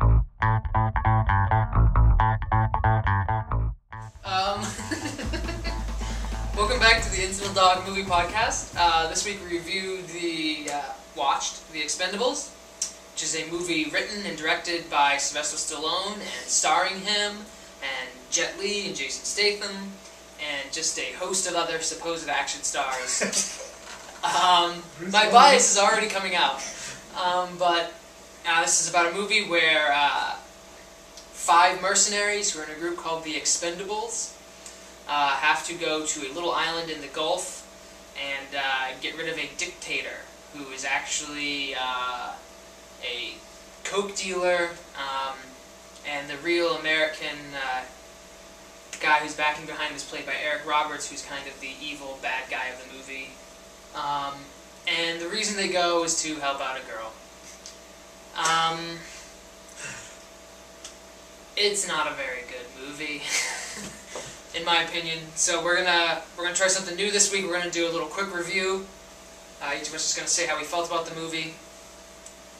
Um, welcome back to the Incident Dog Movie Podcast. Uh, this week we reviewed the uh, watched The Expendables, which is a movie written and directed by Sylvester Stallone and starring him and Jet Li and Jason Statham and just a host of other supposed action stars. um, my bias is already coming out, um, but uh, this is about a movie where. Uh, five mercenaries who are in a group called the Expendables uh, have to go to a little island in the Gulf and uh, get rid of a dictator who is actually uh, a coke dealer um, and the real American uh, guy who's backing behind him is played by Eric Roberts, who's kind of the evil bad guy of the movie. Um, and the reason they go is to help out a girl. Um, it's not a very good movie in my opinion so we're gonna we're gonna try something new this week we're gonna do a little quick review uh, each of us is gonna say how we felt about the movie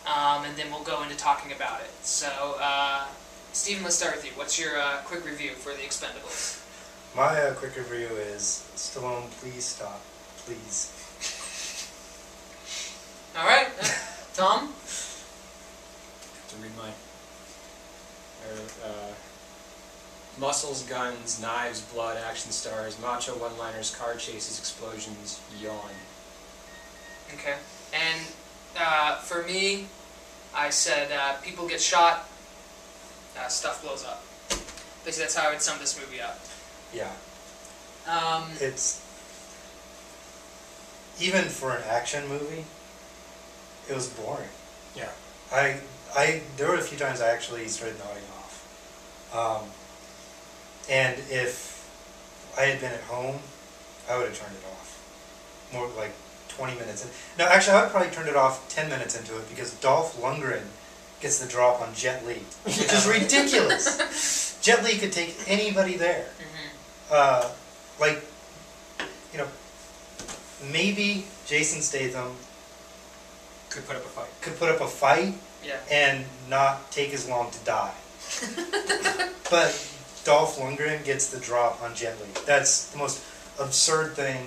um, and then we'll go into talking about it so uh, stephen let's start with you what's your uh, quick review for the expendables My uh, quick review is Stallone, please stop. Please. all right tom to read my uh, uh, muscles, guns, knives, blood, action stars, macho one-liners, car chases, explosions, yawn. okay and uh, for me i said uh, people get shot uh, stuff blows up basically that's how i would sum this movie up Yeah, um, it's even for an action movie, it was boring. Yeah. I I there were a few times I actually started nodding off, um, and if I had been at home, I would have turned it off. More like twenty minutes. In. No, actually, I would probably turned it off ten minutes into it because Dolph Lundgren gets the drop on Jet Li, which is Yeah. ridiculous. Jet Li could take anybody there. mhm. uh, like, you know, maybe Jason Statham Could put up a fight. could put up a fight Yeah. and not take as long to die. but Dolph Lundgren gets the drop on Jet Li. That's the most absurd thing.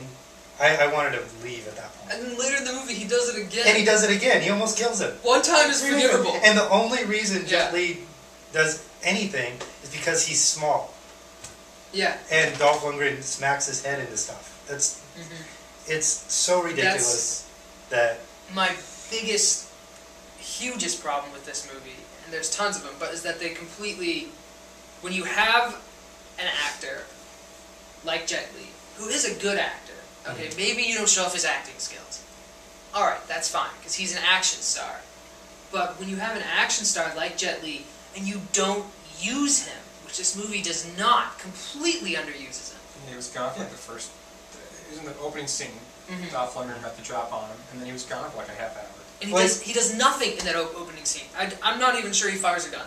I, I wanted to leave at that point. And then later in the movie, he does it again. And he does it again. He almost kills him. One time is forgivable. And the only reason Jet Yeah. Li does anything is because he's small. yeah. And Dolph Lundgren smacks his head into stuff. That's Mm-hmm. It's so ridiculous that My biggest, hugest problem with this movie, and there's tons of them, but is that they completely, when you have an actor like Jet Li, who is a good actor, okay, maybe you don't show off his acting skills. All right, that's fine, because he's an action star. But when you have an action star like Jet Li and you don't use him, which this movie does not, completely underuses him. He was gone for like the first. It was in the opening scene. Mhm. Dolph Lundgren got the drop on him, and then he was gone for like a half hour. And he Like- does he does nothing in that op- opening scene. I, am not even sure he fires a gun.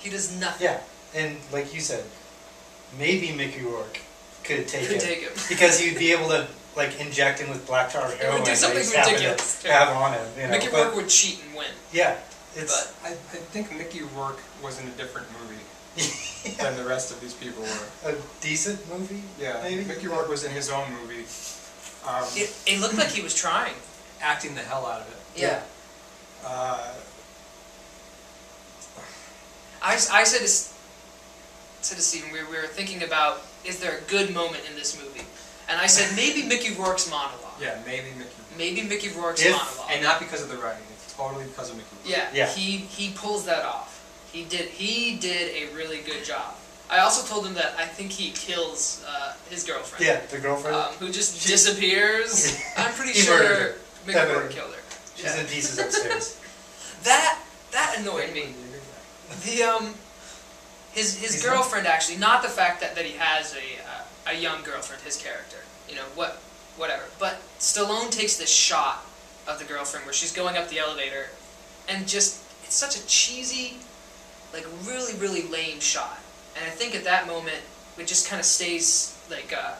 He does nothing. yeah, and like you said, maybe Mickey Rourke could take Could it take him. because he'd be able to like inject him with black tar do heroin. that something he's happened to ridiculous, too. Have on him, you know. Mickey but, Rourke would cheat and win. Yeah, But it's I, I think Mickey Rourke was in a different movie yeah, than the rest of these people were. a decent movie. Yeah, maybe Mickey Rourke was in his own movie, um, it, it looked like he was trying. acting the hell out of it. Yeah. Uh, I, s- I said to, S- said to Steven, we, we were thinking about is there a good moment in this movie? And I said maybe Mickey Rourke's monologue. yeah, maybe Mickey. Maybe Mickey Rourke's If- monologue. And not because of the writing, it's totally because of Mickey Rourke. Yeah, Yeah. He he pulls that off. He did he did a really good job. I also told him that I think he kills uh, his girlfriend. yeah, the girlfriend. um, who just She- disappears. I'm pretty He murdered sure her. Mick Definitely. Rourke killed her. She's yeah. in pieces upstairs. That that annoyed me. The um, his his He's not- girlfriend actually, not the fact that, that he has a uh, a young girlfriend, his character, you know what, whatever. But Stallone takes this shot of the girlfriend where she's going up the elevator, and just it's such a cheesy, like really really lame shot. And I think at that moment it just kind of stays like uh,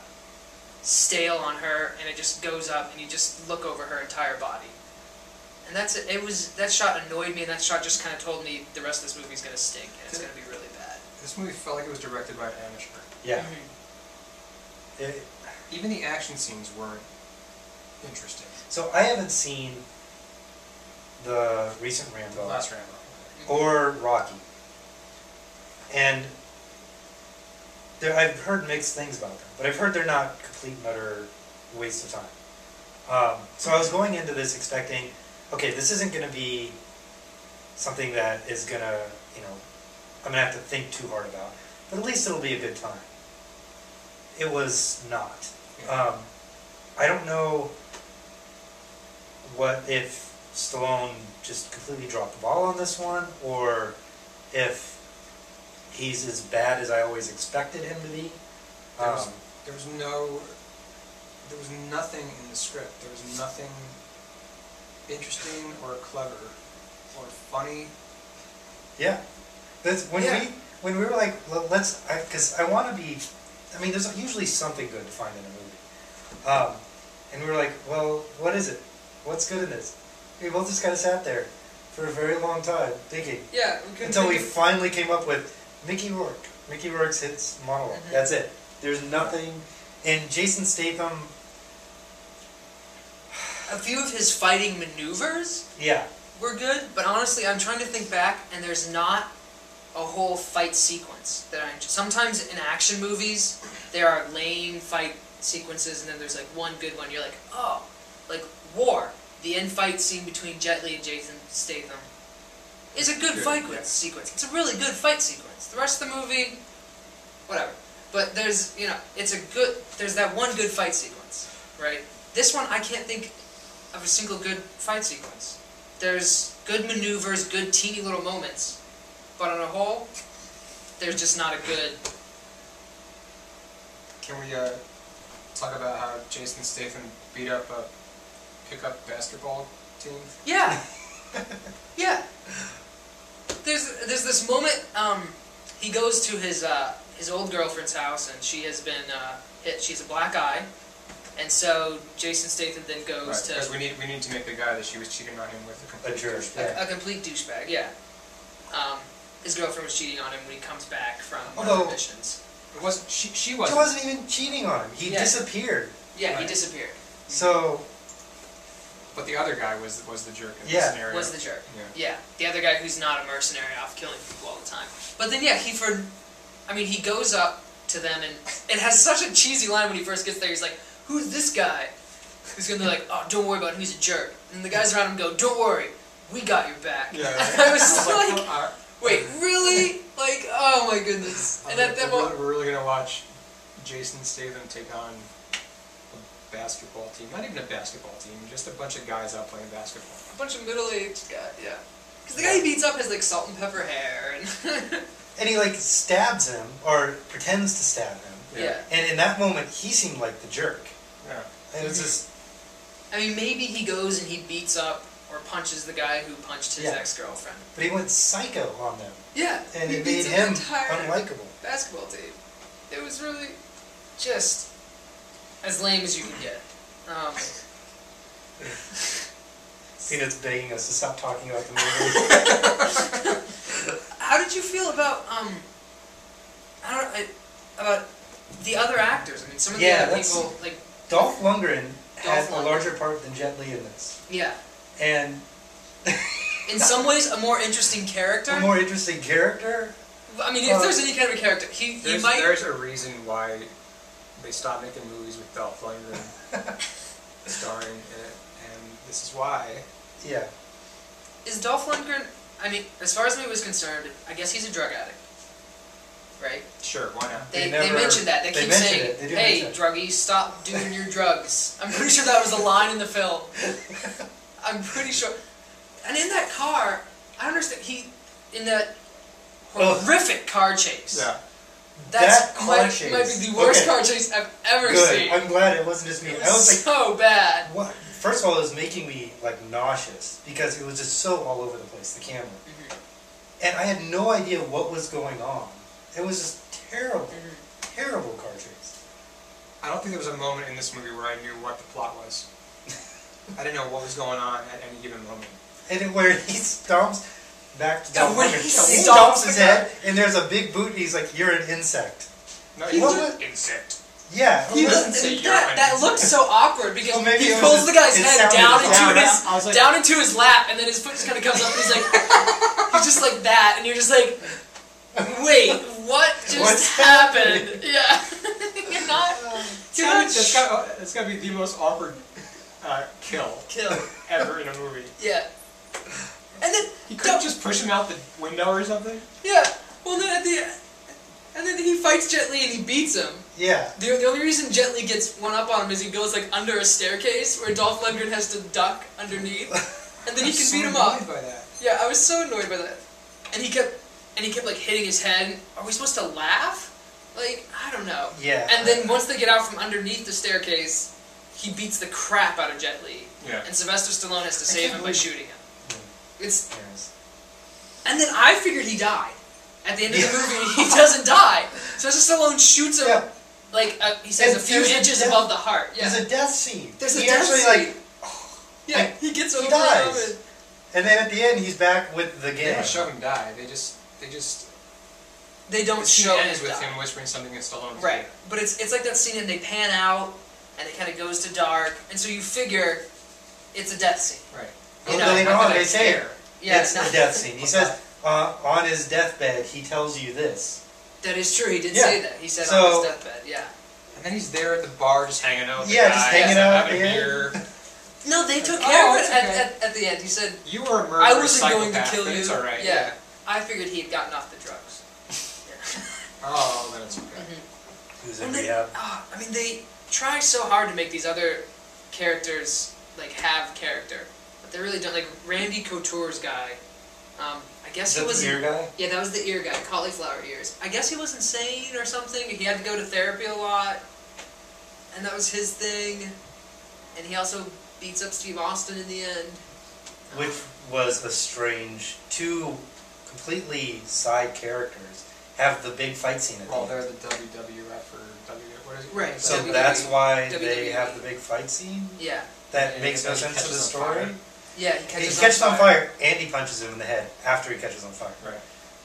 stale on her, and it just goes up, and you just look over her entire body. And that's it. It was that shot annoyed me, and that shot just kind of told me the rest of this movie's gonna stink and it's gonna be really bad. This movie felt like it was directed by an amateur. Yeah. Mhm. It- Even the action scenes weren't interesting. so I haven't seen the recent Rambo Last Rambo. or Rocky, and there I've heard mixed things about them, but I've heard they're not complete and utter waste of time. Um, so I was going into this expecting, okay, this isn't going to be something that is going to, you know, I'm going to have to think too hard about, but at least it'll be a good time. It was not. Uh, Um, I don't know what if Stallone just completely dropped the ball on this one, or if he's as bad as I always expected him to be. There Um, was, there was no, there was nothing in the script. There was nothing interesting or clever or funny. yeah, that's when Yeah. we when we were like, "Well, let's, because I, want to be. I mean, there's usually something good to find in a movie, um, and we were like, well, what is it? What's good in this? We both just kind of sat there for a very long time thinking. Yeah, we couldn't Until we think finally came up with Mickey Rourke. Mickey Rourke's hits monolog Mhm. That's it. There's nothing. And Jason Statham, of- a few of his fighting maneuvers yeah, were good, but honestly, I'm trying to think back, and there's not a whole fight sequence that I enjoy. Sometimes in action movies, there are lame fight sequences, and then there's like one good one. You're like, oh, like War, the end fight scene between Jet Li and Jason Statham, is a good Good, fight yeah. sequence. It's a really good fight sequence. The rest of the movie, whatever. But there's you know, it's a good. There's that one good fight sequence, right? This one, I can't think of a single good fight sequence. There's good maneuvers, good teeny little moments, but on a whole, there's just not a good. Can we uh, talk about how Jason Statham beat up a pickup basketball team? Yeah. yeah. There's there's this moment. Um, he goes to his uh, his old girlfriend's house, and she has been uh, hit. She's a black eye, and so Jason Statham then goes Right, to because we need we need to make the guy that she was cheating on him with a complete A jerk, douchebag. yeah. a, a complete douchebag. Yeah. Um, his girlfriend was cheating on him when he comes back from Although- her missions. It wasn't she. She he wasn't. wasn't even cheating on him. He Yeah. disappeared. Yeah, he Right. disappeared. So But the other guy was was the jerk in Yeah. this scenario. Was the jerk. yeah. Yeah, the other guy who's not a mercenary off killing people all the time. But then, yeah, he for, I mean, he goes up to them and it has such a cheesy line when he first gets there. He's like, "Who's this guy?" Who's gonna be like, "Oh, don't worry about him. He's a jerk." And the guys around him go, "Don't worry, we got your back." Yeah. And I was I just was like, like, uh, "Wait, really? Like, oh my goodness!" And at that we're, moment, we're really gonna watch Jason Statham take on a basketball team. Not even a basketball team, just a bunch of guys out playing basketball. a bunch of middle-aged guy, yeah, because the guy he beats up has like salt and pepper hair and and he like stabs him or pretends to stab him. yeah. And in that moment, he seemed like the jerk. Yeah. And Mm-hmm. it's just I mean, maybe he goes and he beats up or punches the guy who punched his Yeah. ex-girlfriend. but he went psycho on them, Yeah, and he it made beats up the him entire unlikable. basketball team. It was really just as lame as you can get. Um, Peanut's begging us to stop talking about the movie. how did you feel about um? I don't I, about the other actors. I mean, some of Yeah, the other that's- people like Dolph Lundgren had Dolph a Lundgren. larger part than Jet Li in this, yeah. and In some ways, a more interesting character. a more interesting character. I mean, if uh, there's any kind of a character, he, he There's, might. there's a reason why they stopped making movies with Dolph Lundgren starring in it, and this is why. Yeah. Is Dolph Lundgren? I mean, as far as me was concerned, I guess he's a drug addict, right? Sure, why not? They, They they, never- mentioned that. They, they keep mentioned saying, it. They do hey, mention it." druggie, stop doing your drugs. I'm pretty sure that was the line in the film. I'm pretty sure. And in that car, I understand, he, in that Ugh. horrific car chase. Yeah. That's That car might, chase. might be the worst Okay. car chase I've ever Good. seen. I'm glad it wasn't just me. it I was like, was so bad. What? First of all, it was making me like nauseous because it was just so all over the place. The camera, Mhm. and I had no idea what was going on. It was just terrible, terrible car chase. I don't think there was a moment in this movie where I knew what the plot was. I didn't know what was going on at any given moment. And where he stomps back to the Yeah, when woman, he he stomps stomps his the head, and there's a big boot, and he's like, "You're an insect." No, He you looked- look insect. Yeah. He doesn't looked- say you're that, an that insect. looks so awkward because Well, maybe he it was pulls just- the guy's it head sounded down into wrong. his I was like, down into his lap, and then his foot just kind of comes up, and he's like, he's just like that, and you're just like, wait, what just What's happened? Yeah, you're not you're not That's sh- gotta, uh, that's gotta be the most awkward uh, kill killed. ever in a movie. Yeah, and then He couldn't Don't- just push him out the window or something. yeah, well then at the and then he fights gently and he beats him. Yeah. The, the only reason Jet Li gets one up on him is he goes like under a staircase where Dolph Lundgren has to duck underneath, and then he I'm can so beat him annoyed up. By that. Yeah, I was so annoyed by that. And he kept and he kept like hitting his head. Are we supposed to laugh? Like I don't know. Yeah. And then once they get out from underneath the staircase, he beats the crap out of Jet Li, Yeah. and Sylvester Stallone has to I save can't him by believe- shooting him. It's Yes. and then I figured he died. At the end of the Yeah. movie, he doesn't die. Sylvester Stallone shoots him Yeah. like uh, he says And a few there's a inches death- above the heart. Yeah. There's a death scene. There's a he death actually scene. like, yeah. He gets he over dies. it. and then at the end he's back with the They gang. don't show him die. They just they just They don't the scene show ends him with die. him whispering something in Stallone's Right, ear. but it's it's like that scene and they pan out, and it kind of goes to dark, and so you figure it's a death scene. Right. Oh, You Well, know, later not on that I they say care. Yeah, it's not- a death scene. He says uh, on his deathbed he tells you this. that is true. He did Yeah. say that. He said on So- his deathbed. Yeah. And then he's there at the bar, just hanging out. With Yeah, the just guys, hanging out, having yeah. a beer. No, they took Oh, care of it it's okay. at, at, at the end. He said, You were a murderer. "I wasn't going to psychopath, kill but you." It's all right. Yeah. I figured he had gotten off the drugs. Oh, then it's okay. He was in uh, And they, rehab. ah, I mean, they try so hard to make these other characters like have character, but they really don't. Like Randy Couture's guy, um, I guess Is he that was the in- ear guy? Yeah, that was the ear guy, cauliflower ears. I guess he was insane or something. He had to go to therapy a lot, and that was his thing. And he also beats up Steve Austin in the end. Which was a strange two completely side characters have the big fight scene at the Well, end. Oh, they're E the WWF or W. What is it? Right. So WWE. that's why they WWE. have the big fight scene. Yeah, That E. Yeah, makes no he sense to the catches on story. fire. yeah, he He catches, catches on fire and he punches him in the head after he catches on fire, Right.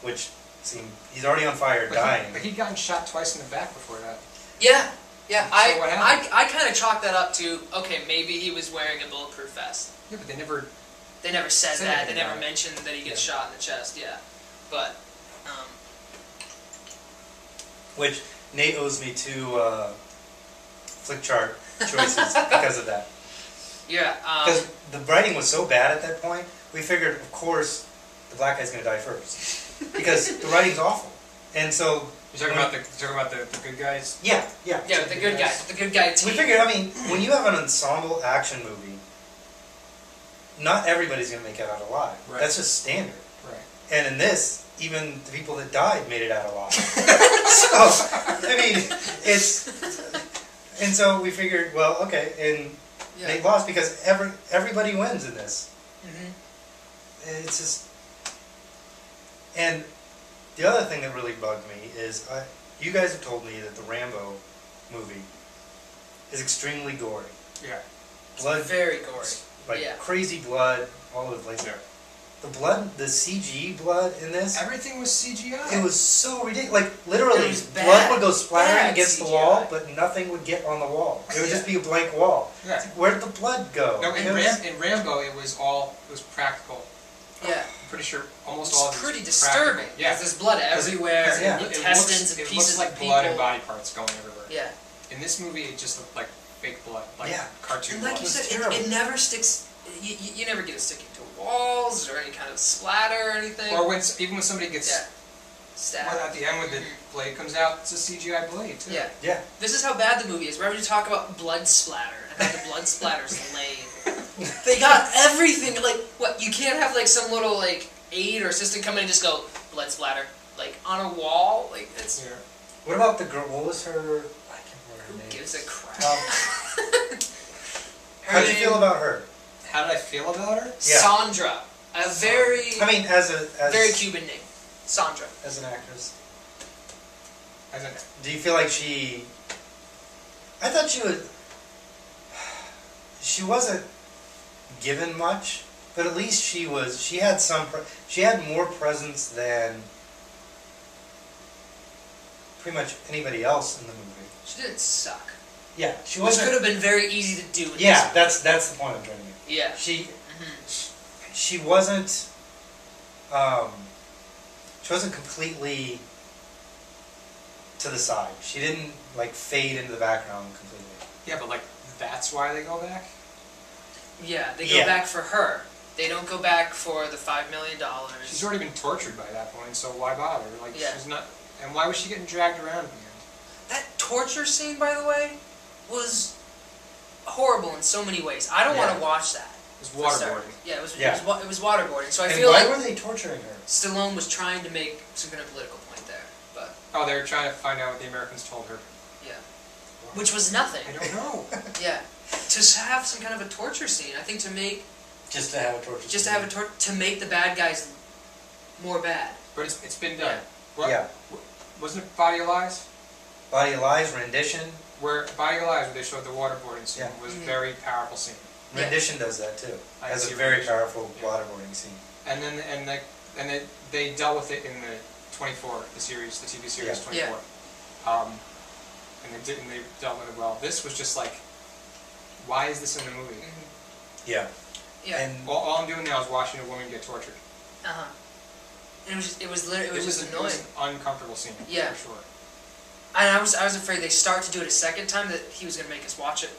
which seemed he's already on fire, But dying. He, but he'd gotten shot twice in the back before that. Yeah, yeah. So I what happened? I, I kind of chalk that up to okay, maybe he was wearing a bulletproof vest. Yeah, but they never. They never said Said that. They anything never about it. mentioned that he gets Yeah. shot in the chest. Yeah, but um, Which Nate owes me two uh, flick chart choices because of that. yeah. Um, Because the writing was so bad at that point, we figured, of course, the black guy's gonna die first because the writing's awful. And so You're talking about the you're talking about the, the good guys. yeah, yeah, yeah, the good guy. The good guy team. We figured. I mean, when you have an ensemble action movie, not everybody's gonna make it out alive. Right. That's just standard. Right. And in this, even the people that died made it out alive. so, I mean, it's. And so we figured, well, okay, and Yeah. they lost because every, everybody wins in this. Mhm. It's just. And the other thing that really bugged me is I, you guys have told me that the Rambo movie is extremely gory. Yeah. Blood, Very gory. like yeah. crazy blood all over the place. Yeah. The blood, the CG blood in this. Everything was CGI. It was so ridiculous. Like literally, It was bad. blood would go splattering Bad against the CGI. wall, but nothing would get on the wall. It would just be a blank wall. Yeah. Where'd the blood go? No, in, It was- Ram, in Rambo, it was all it was practical. Yeah. I'm pretty sure almost all. of It's it pretty was practical. disturbing. Yeah. Because there's blood Because it- everywhere, because it Yeah. and looked- it intestines looks- and it pieces looks like of blood and people. body parts going everywhere. Yeah. In this movie, it just looked like fake blood, like Yeah. cartoon And like blood. you was said, terrible. it, it never sticks. You, you, you never get it sticking to walls or any kind of splatter or anything. or when s- even when somebody gets yeah. well, Stab. at the end when the blade comes out, it's a CGI blade too. Yeah. Yeah, This is how bad the movie is. Remember to talk about blood splatter and how the blood splatter's lame. They got everything. Like, what? You can't have like some little like aide or assistant come in and just go blood splatter like on a wall. Like, it's Yeah. What about the girl? What was her? I can't remember her who name. gives a crap. Um, how do you feel about her? How did I feel about her? Yeah. Sandra, a very I mean, as a as, very Cuban name, Sandra. as an actress, As an do you feel like she? I thought she was. She wasn't given much, but at least she was she had some pre- she had more presence than pretty much anybody else in the movie. She didn't suck. Yeah, she Which could wasn't. have been very easy to do. in Yeah, that's that's the point I'm trying to make. This. Yeah. She Mhm. she wasn't um, she wasn't completely to the side. She didn't like fade into the background completely. Yeah, but like that's why they go back. Yeah. They go Yeah. back for her. They don't go back for the five million She's dollars. already been tortured by that point, so why bother? Like Yeah. she's not. And why was she getting dragged around? at the end? That torture scene, by the way, was horrible in so many ways. I don't want Yeah. to watch that. It was for a start. waterboarding. Yeah, it was, Yeah. It, was wa- it was waterboarding. So I and feel why like were they torturing her? Stallone was trying to make some kind of political point there, but Oh, they were trying to find out what the Americans told her. which was nothing. I don't know. Yeah, to s- have some kind of a torture scene, I think to make Just to have a torture. just to have a tor- to make the bad guys more bad. but it's, it's been done. Yeah. What, yeah, Wasn't it Body of Lies? body of lies rendition. Where Body of Lies, where they showed the waterboarding scene, Yeah. was a Mhm. very powerful scene. Yeah. Rendition does that too. I Has see a very rendition. powerful Yeah. waterboarding scene. And then and like and they they dealt with it in the 24, the series, the TV series Yeah. 24. Um, and they did and they dealt with it well. This was just like, why is this in the movie? Mm-hmm. Yeah. Yeah. And All, all I'm doing now is watching a woman get tortured. uh huh. It was just, it was lit- it was just an- annoying. It was an uncomfortable scene. Yeah. For sure. And I was I was afraid they start to do it a second time that he was gonna make us watch it.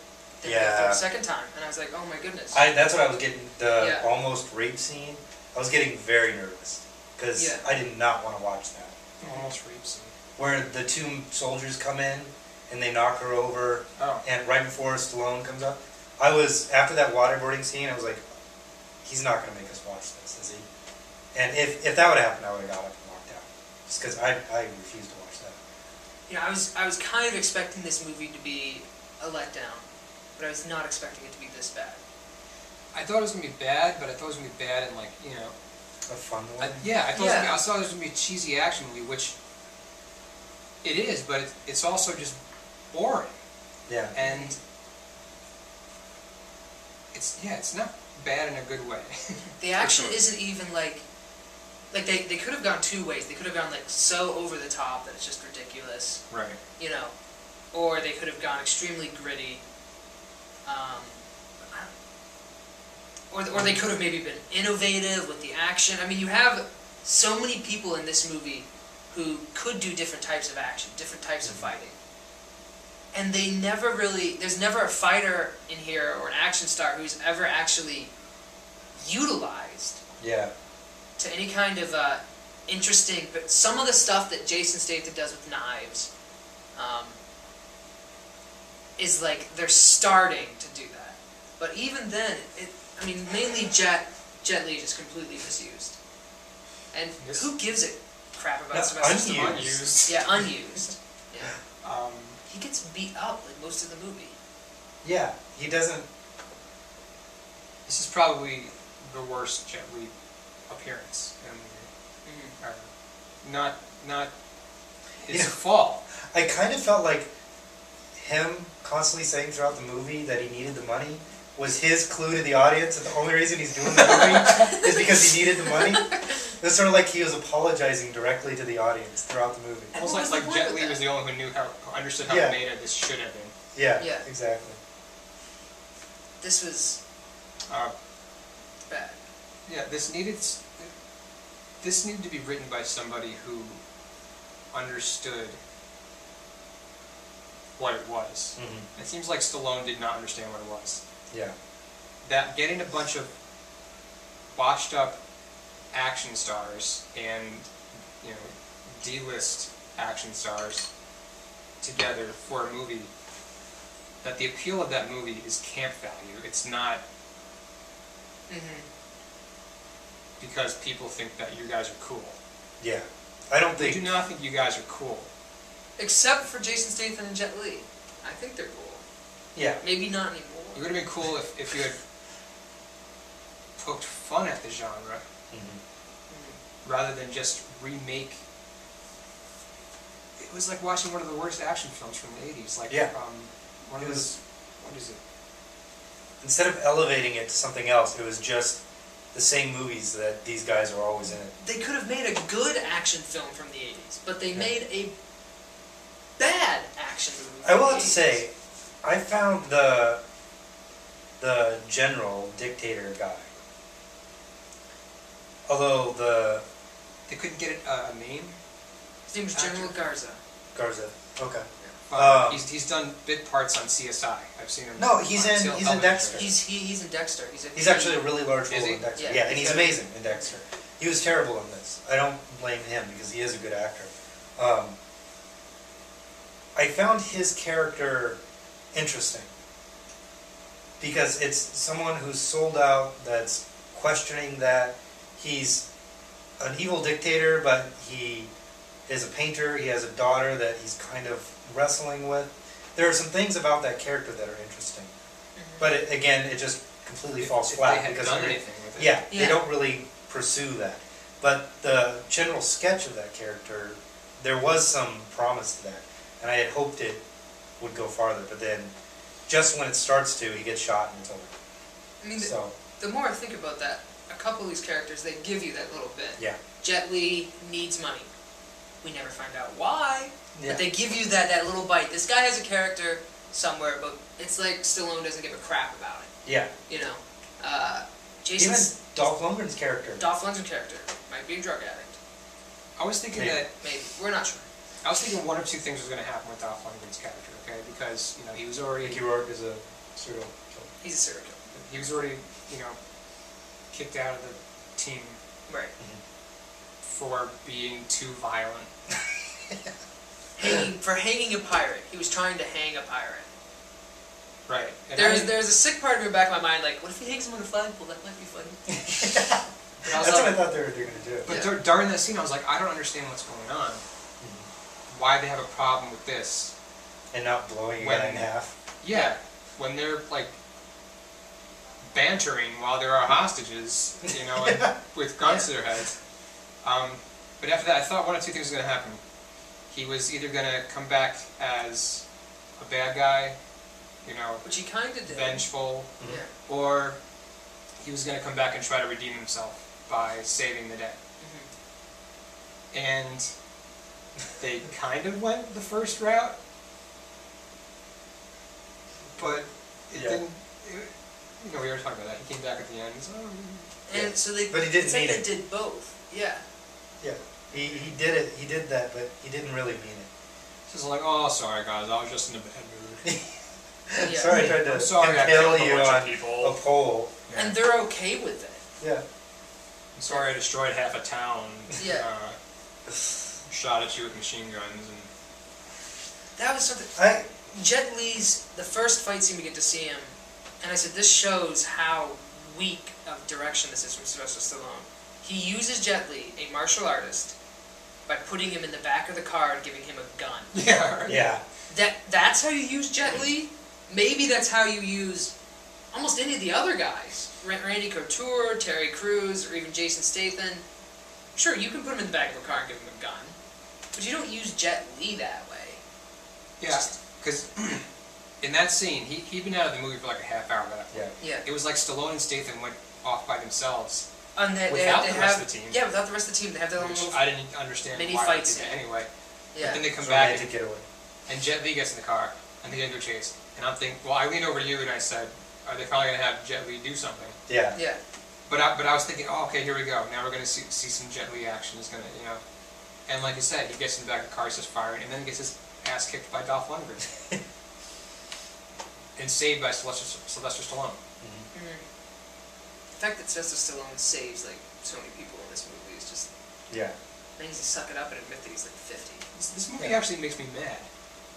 They did it for Yeah. the second time, and I was like, oh my goodness. I that's what I was getting the Yeah. almost rape scene. I was getting very nervous because Yeah. I did not want to watch that. Mm-hmm. Almost rape scene. Where the two soldiers come in and they knock her over, Oh. and right before Stallone comes up, I was after that waterboarding scene. I was like, he's not gonna make us watch this, is he? And if if that would happen, I would have got up and walked out just because I I refused to watch that. you know, I was I was kind of expecting this movie to be a letdown, but I was not expecting it to be this bad. I thought it was gonna be bad, but I thought it was gonna be bad and like you know, A fun one. I, yeah, I thought It was gonna be, Mm-hmm. Yeah. I saw it was gonna be a cheesy action movie, which it is, but it's, it's also just boring yeah. and it's yeah, it's not bad in a good way. The action sure. isn't even like like they, they could have gone two ways. They could have gone like so over the top that it's just ridiculous, right. you know, or they could have gone extremely gritty. Um, I don't- or, or they could have maybe been innovative with the action. I mean, you have so many people in this movie who could do different types of action, different types of fighting. And they never really, there's never a fighter in here or an action star who's ever actually utilized Yeah. to any kind of uh, interesting, but some of the stuff that Jason Statham does with knives um, is like they're starting to do that. But even then, it, I mean, mainly Jet Jet Li is completely misused. And Yes. who gives a crap about No, Sylvester unused. Stallone? Yeah, unused. Um, He gets beat up like most of the movie. Yeah. He doesn't. this is probably the worst Jet Li appearance, and uh, not not his Yeah. fault. I kind of felt like him constantly saying throughout the movie that he needed the money was his clue to the audience that the only reason he's doing the movie is because he needed the money. It's sort of like he was apologizing directly to the audience throughout the movie. And what was Almost like, the like point Jet of Li that? was the only one who knew how, who understood how Yeah. meta this should have been. Yeah, Yeah. exactly. This was Uh, bad. yeah, this needed s- this needed to be written by somebody who understood what it was. Mm-hmm. It seems like Stallone did not understand what it was. Yeah. That getting a bunch of washed up action stars and you know D-list action stars together for a movie. That the appeal of that movie is camp value. It's not Mm-hmm. because people think that you guys are cool. Yeah. I don't They do think. not think you guys are cool. Except for Jason Statham and Jet Li. I think they're cool. Yeah. Maybe not It anymore. would have been cool if, if you had poked fun at the genre Mm-hmm. rather than just remake. It was like watching one of the worst action films from the 80s. Like, Yeah. um, one It of was- those. What is it? instead of elevating it to something else, it was just the same movies that these guys are always in. They could have made a good action film from the 80s, but they Yeah. made a bad action movie. I from will the have 80s. to say, I found the the general dictator guy. Although the They couldn't get uh, a, a name. His name was General Garza. Garza, okay, Uh, Um, he's, he's done bit parts on CSI. I've seen him. no, he's on in Sil- he's in Elementary. Dexter. He's he, he's in Dexter. He's, a He's actually a really large Is role he? in Dexter. Yeah. Yeah, and he's amazing in Dexter. He was terrible in this. I don't blame him because he is a good actor. Um, I found his character interesting because it's someone who's sold out, that's questioning that he's an evil dictator, but he is a painter. He has a daughter that he's kind of wrestling with. There are some things about that character that are interesting, Mm-hmm. but it, again, it just completely If- falls if flat they had because done they're- anything with it. yeah, they Yeah. don't really pursue that. But the general sketch of that character, there was some promise to that, and I had hoped it would go farther. But then, just when it starts to, he gets shot and it's over. I mean, the, So the more I think about that, a couple of these characters they give you that little bit. yeah, Jet Li needs money. We never find out why, yeah, but they give you that that little bite. This guy has a character somewhere, but it's like Stallone doesn't give a crap about it. yeah. You know, uh, Even Jason's Dolph Lundgren's character. Dolph Lundgren character might be a drug addict. I was thinking Maybe. that Maybe we're not sure. I was thinking one of two things was going to happen with Dolph Lundgren's character. Okay, because you know he was already Mickey Rourke is a serial killer. He's a serial killer. he was already you know kicked out of the team Right. for being too violent. Hanging for hanging a pirate. He was trying to hang a pirate. Right. And I There's didn't- there's a sick part of me in the back of my mind, like, what if he hangs him on the flagpole? That might be funny. but I That's was what I like- thought they were going to do. But Yeah. dur- during that scene, I was like, I don't understand what's going on. Mm-hmm. Why they have a problem with this? And not blowing a When- guy in half. Yeah, when they're like bantering while there are hostages, you know, and with guns to their heads. Um, but after that, I thought one of two things was going to happen. He was either going to come back as a bad guy, you know, Which he kind of did. vengeful, Yeah. or he was going to come back and try to redeem himself by saving the day. And they kind of went the first route, but it Yeah. didn't. It, you know, we were talking about that. He came back at the end. He's, oh, And so they. Mm-hmm. But he didn't it's like need they it. did both. Yeah. He, he did it. He did that, but he didn't really mean it. just like, oh, sorry guys, I was just in a bad mood. Yeah. Sorry, I tried to I'm sorry, I impale killed a you bunch on of a people. pole. Yeah. And they're okay with it. Yeah. I'm sorry, I destroyed half a town. Yeah. Uh, shot at you with machine guns and. That was something. I Jet Li's the first fight scene we get to see him, and I said this shows how weak of direction this is from Sylvester Stallone. He uses Jet Li, a martial artist, by putting him in the back of the car and giving him a gun. Yeah. Right. yeah. That that's how you use Jet Li. Maybe that's how you use almost any of the other guys, Ra- Randy Couture, Terry Crews, or even Jason Statham. Sure, you can put him in the back of a car and give him a gun, but you don't use Jet Li that way. Yeah, because in that scene, he, he'd been out of the movie for like a half hour by that point. Yeah. It was like Stallone and Statham went off by themselves, And they, they, Without they the have, rest of the team. Yeah, without the rest of the team, they have their own which little. I didn't understand mini why fight they did that scene. anyway. But yeah. then they come It's back, romantic and, getaway. and Jet Li gets in the car, and they get into a chase. And I'm thinking, well, I leaned over to you and I said, are they finally going to have Jet Li do something? Yeah. Yeah. But I, but I was thinking, oh, okay, here we go. Now we're going to see, see some Jet Li action. It's going to, you know. And like you said, he gets in the back of the car, he starts firing, and then gets his ass kicked by Dolph Lundgren. and saved by Sylvester, Sylvester Stallone. The fact that Sylvester Stallone saves like so many people in this movie is just Yeah. man, he needs to suck it up and admit that he's like fifty. This, this movie Yeah. actually makes me mad.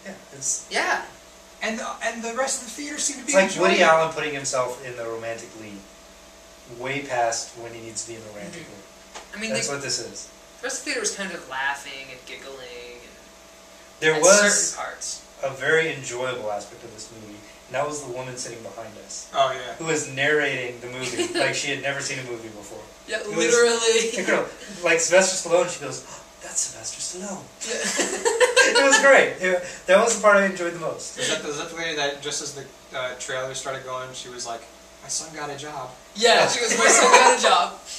Yeah. It's, Yeah. And the, and the rest of the theater seemed to be it's like enjoying Woody it. Allen putting himself in the romantic league way past when he needs to be in the romantic league. Mm-hmm. I mean, That's the, what this is. the rest of the theater was kind of laughing and giggling and There at was certain parts. a very enjoyable aspect of this movie, and that was the woman sitting behind us Oh, yeah. who was narrating the movie like she had never seen a movie before. Yeah, was- literally. Incredible. Like Sylvester Stallone, she goes, "Oh, that's Sylvester Stallone. it was great. It- that was the part I enjoyed the most. Is that, is that the way that just as the uh, trailer started going, she was like, "My son got a job." Yeah, she was my son got a job.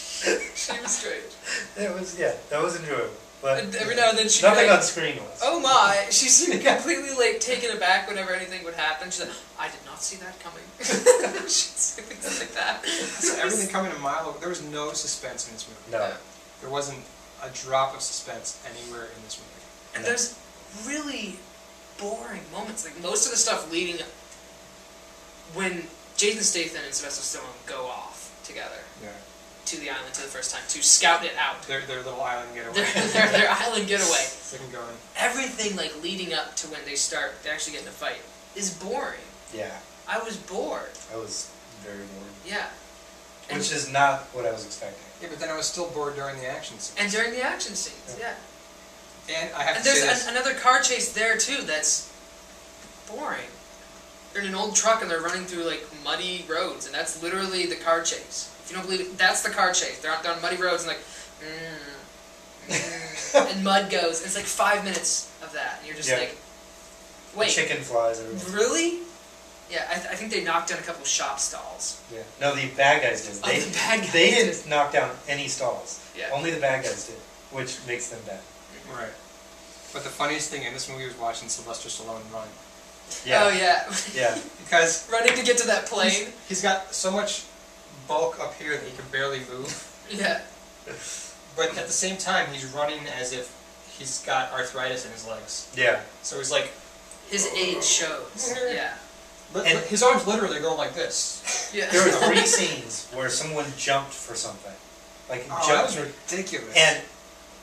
She was great. It was yeah, that was enjoyable. But And every now and then she'd be Uh, nothing like, on screen was. Oh my! She seemed completely like taken aback whenever anything would happen. She's like, I did not see that coming. She'd say things like that. So everything coming a mile over. There was no suspense in this movie. No. There wasn't a drop of suspense anywhere in this movie. And there's really boring moments. Like most of the stuff leading up when Jason Statham and Sylvester Stallone go off together Yeah. to the island for the first time to scout it out. Their, their little island getaway. Their, their, their island getaway. They can go in. Everything like leading up to when they start they actually get in a fight is boring. Yeah, I was bored. I was very bored, Yeah. And- which is not what I was expecting. Yeah, but then I was still bored during the action scene. And during the action scenes, yeah. And I have And to there's say this. an, another car chase there too that's boring. They're in an old truck and they're running through like muddy roads, and that's literally the car chase. If you don't believe it, that's the car chase. They're out they're on muddy roads and like, mm, mm, and mud goes. It's like five minutes of that, and you're just Yeah. like, wait, Chicken flies everywhere. really? Yeah, I, I think they knocked down a couple shop stalls. Yeah. No, the bad guys did. Oh, They, the bad guys they did. didn't knock down any stalls. Yeah. Only the bad guys did, which makes them bad. Right. But the funniest thing in this movie was watching Sylvester Stallone run. Oh Yeah. yeah, Yeah. Because running to get to that plane. He's- he's got so much bulk up here that he can barely move, Yeah, but at the same time, he's running as if he's got arthritis in his legs. Yeah. So he's like, his age shows. Yeah, li- And- li- his arms literally go like this. yeah. There were three scenes where someone jumped for something. Like Oh, jumped or Oh, ridiculous. and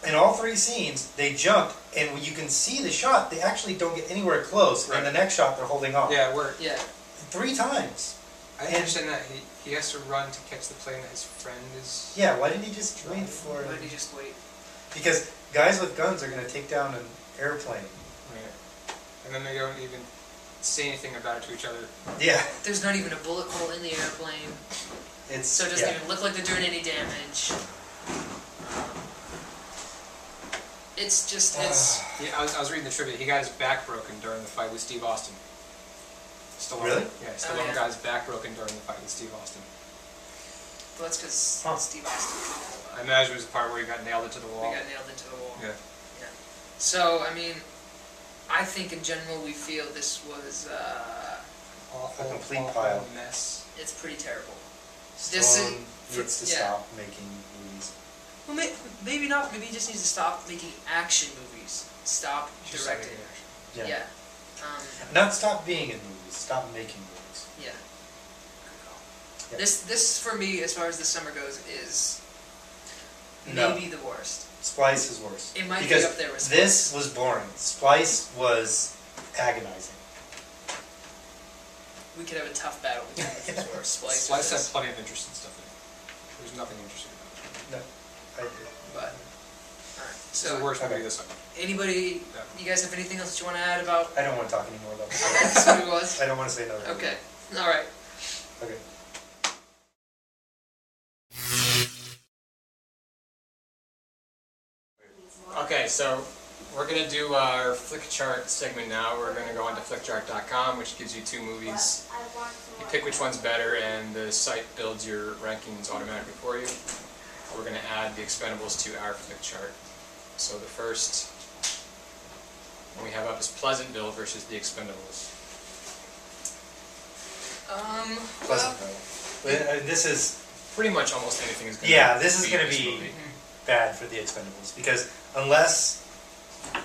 in all three scenes they jump and when you can see the shot they actually don't get anywhere close and the Right. next shot they're holding on. yeah, we're. yeah. Three times. I And- understand that he, he has to run to catch the plane that his friend is. Yeah, why didn't he just wait for Why did it? you just wait? Because guys with guns are gonna take down an airplane. Yeah. And then they don't even say anything about it to each other. Yeah. There's not even a bullet hole in the airplane, It's so it doesn't yeah. even look like they're doing any damage. It's just Ah. it's Yeah, I was, I was reading the trivia. He got his back broken during the fight with Steve Austin. Stallone. Really? Yeah, Stallone yeah. got his back broken during the fight with Steve Austin. well, that's because Huh. Steve Austin I imagine it was the part where he got nailed into the we wall. got nailed into the wall. Yeah. So I mean, I think in general we feel this was uh, Awful, A complete awful pile. mess. it's pretty terrible. This is- Stallone needs to yeah. stop making movies. Well, may, maybe not. Maybe he just needs to stop making action movies. Stop Just directing. like, yeah. Yeah. yeah. Um, Not stop being in movies, stop making movies. Yeah. Yeah. This this for me, as far as this summer goes, is No. maybe the worst. Splice is worse. It might because be up there with this was boring. Splice was agonizing. We could have a tough battle between which is worse. Splice, Slice or had this, plenty of interesting stuff in it. There's nothing interesting about it. I, but all right. It's the So worst movie Okay. this summer. anybody, Yeah. you guys have anything else that you want to add about I don't want to talk anymore about how this. bad this movie was? I don't want to say another word. Okay. All right. Okay. Okay, so we're gonna do our flick chart segment now. We're gonna go onto flickchart.com, which gives you two movies. You pick which one's better, and the site builds your rankings automatically for you. We're gonna add the Expendables to our flick chart. So the first one we have up is Pleasantville versus the Expendables. Um. Well, Pleasantville. But, uh, This is Pretty much almost anything is gonna. Yeah, this is beat gonna this be- movie. bad for the Expendables because unless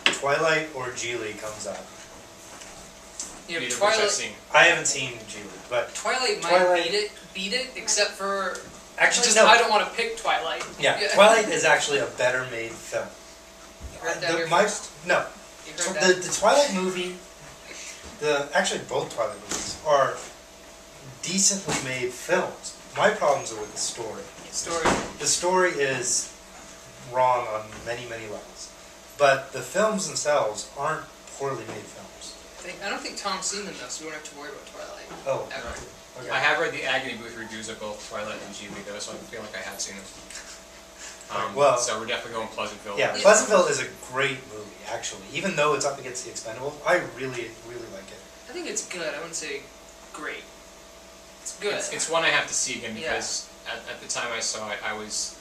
Twilight or Geely comes up, you know, Neither of which I've Twilight. seen. I haven't seen Geely, but Twilight might Twilight- beat it. Beat it, except for actually just no. I don't want to pick Twilight. yeah, Twilight is actually a better made film. You heard that Uh, the- here my- first. no, You So heard the, that. the Twilight movie, the actually both Twilight movies are decently made films. My problems are with the story. story. The story is wrong on many many levels, but the films themselves aren't poorly made films. think- I don't think Tom's seen them though, so we don't have to worry about Twilight Oh, ever. okay. I have read the agony booth reviews of both Twilight and Ghibli though, so I feel like I have seen them. Um, Well- so we're definitely going Pleasantville. Yeah, Yeah. Pleasantville is a great movie, actually. Even though it's up against The Expendables, I really, really like it. I think it's good. I wouldn't say great. It's good. It's, it's one I have to see again because at, at the time I saw it, I was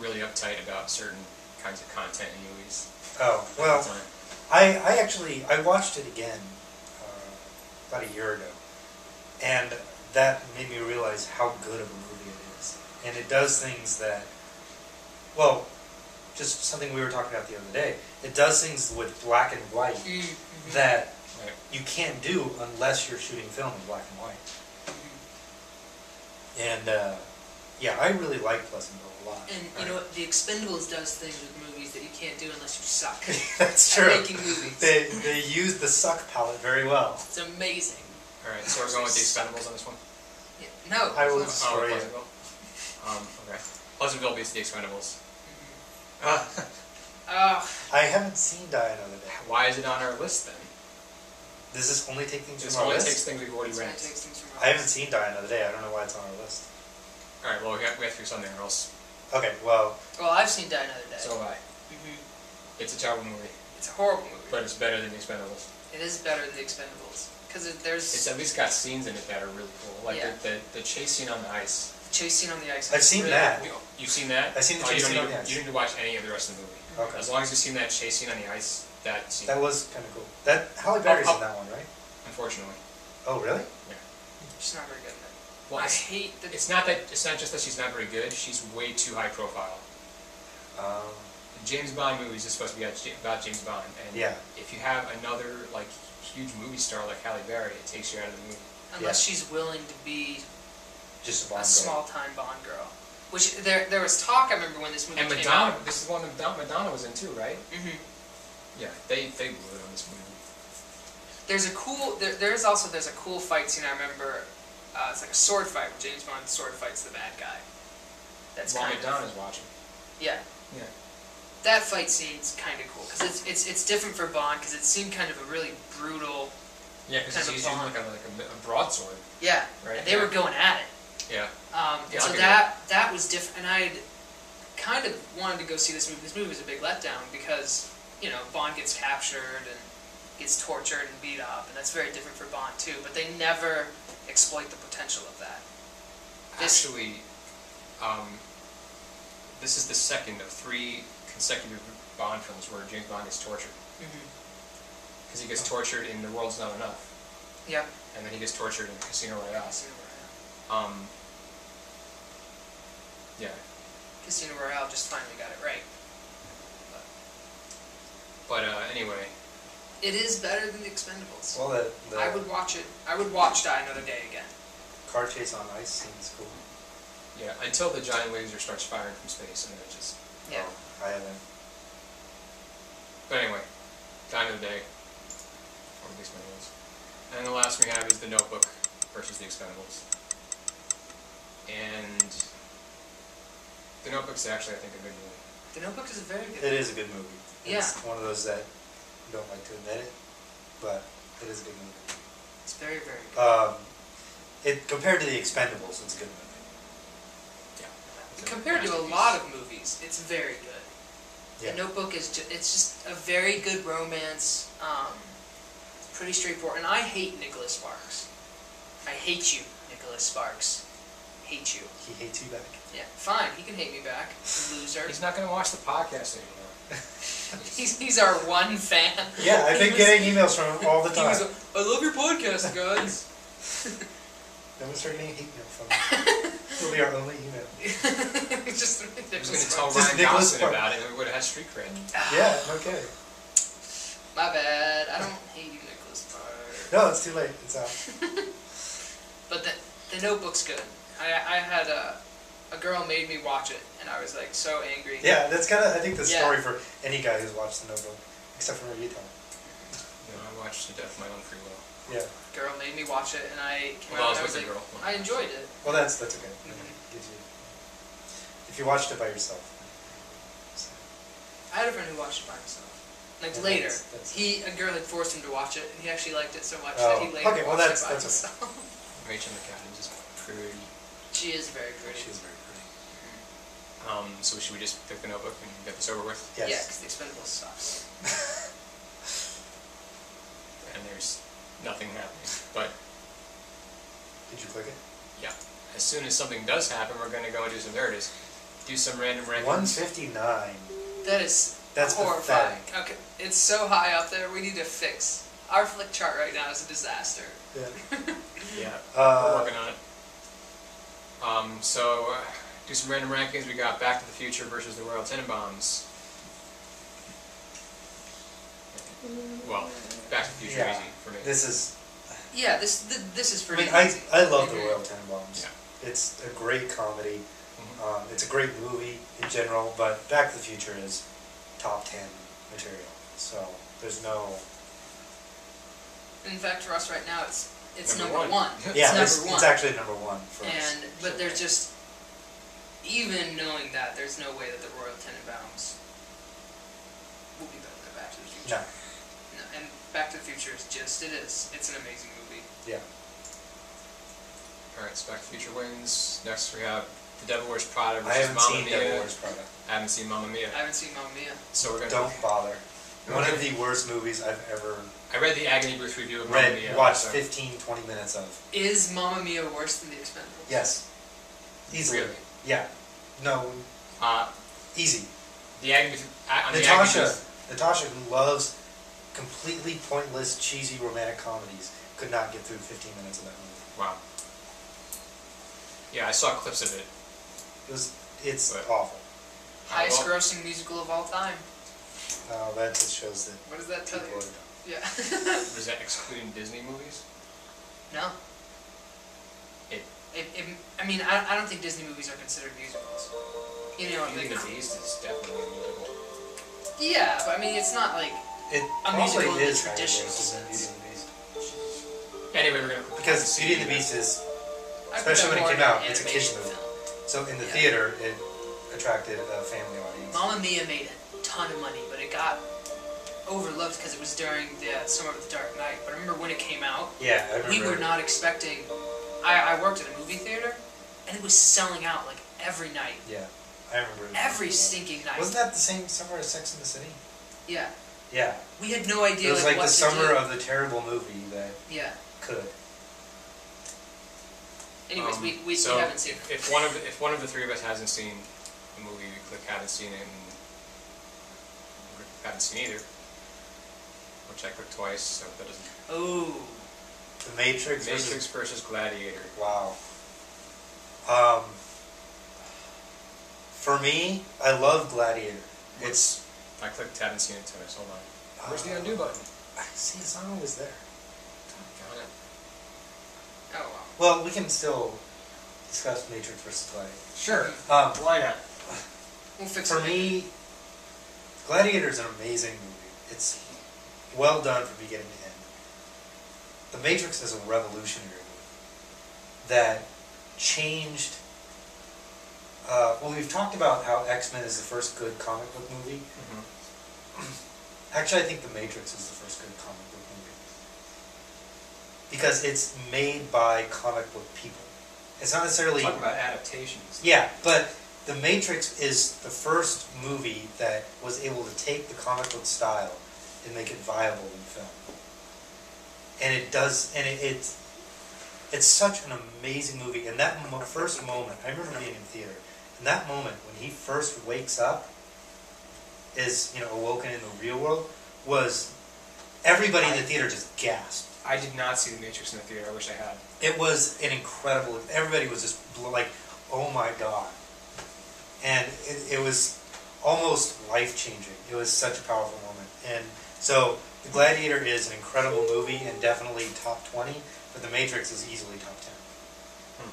really uptight about certain kinds of content in movies. Oh, at the well, time. I, I actually, I watched it again uh, about a year ago, and that made me realize how good of a movie it is. And it does things that, well, just something we were talking about the other day. It does things with black and white Mm, mhm. that Right. you can't do unless you're shooting film in black and white. Mm-hmm. And uh, yeah, I really like Pleasantville a lot. And you know what? The Expendables does things with movies that you can't do unless you suck That's at true. making movies. They they use the suck palette very well. It's amazing. All right, so we're going with the Expendables on this one. Yeah. No. I it's will not. just- Sorry. Oh, Pleasantville. Um, okay. Pleasantville beats the Expendables. Ah, Uh, Ugh. I haven't seen Die Another Day. why is it on our list then? Does this only take things This from our only list? takes things we've already it's gonna ranked. take things from I us. haven't seen Die Another Day. I don't know why it's on our list. All right, well we have, we have to do something or else. Okay, well, Well, I've seen Die Another Day. So have I. Mhm. It's a terrible movie, It's a horrible movie. but it's better than the Expendables. it is better than The Expendables because there's It's at least got scenes in it that are really cool, like Yeah. the, the the chase scene on the ice. chasing on the ice. I've seen Really that. cool. You've seen that? I've seen the Oh, you chase scene don't on need- the ice. You didn't watch any of the rest of the movie. Mm-hmm. okay. As long as you've seen that chase scene on the ice, that scene, That was kind of cool. That Halle Berry's Oh, in that one, right? unfortunately. Oh, really? She's not very good. At Well, it. I it's, hate the. it's not that it's not just that she's not very good. She's way too high profile. Um, The James Bond movies is supposed to be about Ja- about James Bond, and Yeah. if you have another like huge movie star like Halle Berry, it takes you out of the movie. unless she's willing to be just a a Bond girl. small time Bond girl. Which there there was talk. I remember when this movie And came Madonna, out. this is one that Madon- Madonna was in too, right? Mhm. Yeah, they they blew it on this movie. There's a cool. There, there's also there's a cool fight scene. I remember. Uh, it's like a sword fight where James Bond sword fights the bad guy. That's While kind of Madonna's watching. yeah. Yeah. That fight scene's kind of cool because it's it's it's different for Bond because it seemed kind of a really brutal. Yeah, because Kind she's of using Bond. like a like a, a broadsword, Yeah. right? And they were going at it. Yeah. Um, Yeah, I'll so give you that that was different, and I had kind of wanted to go see this movie. This movie was a big letdown because you know Bond gets captured and gets tortured and beat up, and that's very different for Bond too. But they never exploit the potential of that. This- Actually, um, this is the second of three consecutive Bond films where James Bond is tortured. Mm-hmm. Because he gets tortured in The World's Not Enough, Yeah. and then he gets tortured in Casino Royale. Casino Um, yeah, Royale. Casino Royale just finally got it right. but uh, anyway, It is better than The Expendables. Well, the, I the would watch it. I would watch Die Another Day again. car chase on ice scene's cool. yeah, until the giant laser starts firing from space, and then it just. Yeah. Oh, I haven't. But anyway, time of the day, or at least my rules. And the last we have is The Notebook versus The Expendables. And The Notebook's actually, I think, a good movie. The Notebook is a very good. It is a good movie. It's Yeah. one of those that you don't like to admit it, but it is a good movie. It's very very good. Um, it compared to the Expendables, it's a good movie. Yeah. Compared to a lot of movies, it's very good. Yeah. The Notebook is ju- it's just a very good romance. Um, pretty straightforward. And I hate Nicholas Sparks. I hate you, Nicholas Sparks. Hate you. He hates you back. Yeah, fine. He can hate me back, loser. He's not going to watch the podcast anymore. he's, he's our one fan. Yeah, I've He been was- getting emails from him all the He time. was, I love your podcast, guys. Then we start getting hate mail from him. It'll be our only email. just He Nicholas was going to tell Sparks. Ah, Just Nicholas Ryan Gosling Sparks. about it, and we would have had street cred. Yeah, okay. My bad. I don't hate you, Nicholas Sparks. No, it's too late. It's out. But the, the notebook's good. I, I had a, a girl made me watch it, and I was like so angry. Yeah, that's kind of, I think, the Yeah. story for any guy who's watched The Notebook, except for Rita. You know, I watched The Death of My Own Free Will. Yeah, Girl made me watch it, and I came Well, I out was and I was with the like, girl. I enjoyed it. well, that's that's okay. Mhm. Gives you, if you watched it by yourself. So, I had a friend who watched it by himself. Like Yeah, later, that's- that's- he a girl had forced him to watch it, and he actually liked it so much Oh, that he later okay, well, watched it that's- by that's okay. himself. Rachel McAdams is pretty. she is very pretty. She was very pretty. Um, so should we just pick the notebook and get this over with? Yeah, Yes. because the Expendables sucks. And there's nothing happening. But Did you click it? as soon as something does happen, we're gonna go and do some. There it is. Do some random records. One fifty nine. That is That's horrifying. Okay, it's so high up there. We need to fix our flick chart right now is a disaster. pathetic. Yeah. Yeah. Uh, We're working on it. Um, so, uh, do some random rankings. We got Back to the Future versus the Royal Tenenbaums. Well, Back to the Future Yeah. easy for me. This is Yeah, this th- this is I pretty. mean, I, easy. I love The Royal Tenenbaums. Yeah. It's a great comedy. Um, it's a great movie in general, but Back to the Future is top 10 material. So there's no. In fact, for us right now, it's it's Number number, one. one. yeah, it's number one. it's actually number one for us. and but there's just even knowing that there's no way that the Royal Tenenbaums will be better than Back to the Future. No, No, and Back to the Future is just it is. It's an amazing movie. yeah. Alright, so Back to the Future wins. Next we have The Devil Wears Prada I versus haven't Mamma seen Mia. Devil Wears Prada. I haven't seen Mamma Mia. I haven't seen Mamma Mia. So we're gonna. Don't bother. No, One I- of the worst movies I've ever I read the Agony Booth review of Mamma Mia. read, watched so- 15, 20 minutes of. Is Mamma Mia worse than The Expendables? Yes. Easily. Really? Yeah. No, Uh, easy. the Agony Booth. I- On The Agony Natasha, Booth, Natasha, who loves completely pointless, cheesy romantic comedies, could not get through 15 minutes of that movie. wow. Yeah, I saw clips of it. It was, it's Right. awful. Highest Well- grossing musical of all time. Uh, that just shows that What does that tell people are you? Yeah. dumb. Was that excluding Disney movies? no. It- It, it, I mean, I, I don't think Disney movies are considered musicals. You know, Beauty and the like, Beast is definitely a musical. yeah, but I mean, it's not like It A probably musical in is the higher traditional grossing than sense. Beauty and the Beast. Anyway, we're gonna Because Beauty and the Beast is, Especially when it came out, it's a kid's movie. so in the Yeah. theater, it attracted a family audience. Mamma Mia made a ton of money, but it got overlooked because it was during the uh, summer of the Dark Knight. But I remember when it came out, Yeah, I remember. we were not expecting. I, I worked at a movie theater, and it was selling out like every night, Yeah, I remember. every stinking night. Wasn't that the same summer as Sex and the City? Yeah, Yeah. we had no idea It was like, what like the to summer do. of the terrible movie that yeah. could. Anyways, Um, we, we, so we haven't seen if- it. If one of the, if one of the three of us hasn't seen the movie, we click haven't seen it, and we haven't seen either. Which I clicked twice, so that doesn't. Oh, The Matrix. versus- Matrix versus Gladiator. Wow. Um, for me, I love Gladiator. It's I clicked haven't seen it twice. Hold on. Where's the uh, undo button? See, it's not always there. Got it. oh wow. Well, we can still discuss Matrix versus Gladiator. Sure. Um, Why not? We'll fix for it. me, Gladiator is an amazing movie. It's well done from beginning to end. The Matrix is a revolutionary movie that changed. Uh, well, we've talked about how X Men is the first good comic book movie. Mhm. Actually, I think The Matrix is the first good comic book movie. Because it's made by comic book people. It's not necessarily. Talk about adaptations. Yeah, but The Matrix is the first movie that was able to take the comic book style and make it viable in film. And it does, and it, it's, it's such an amazing movie. And that mo- first moment, I remember being in theater, and that moment when he first wakes up, is, you know, awoken in the real world, was everybody in the theater just gasped. I did not see The Matrix in the theater. I wish I had. It was an incredible. Everybody was just bl- like, "Oh my god!" And it, it was almost life changing. It was such a powerful moment. And so, The Gladiator is an incredible movie and definitely top twenty. But The Matrix is easily top ten.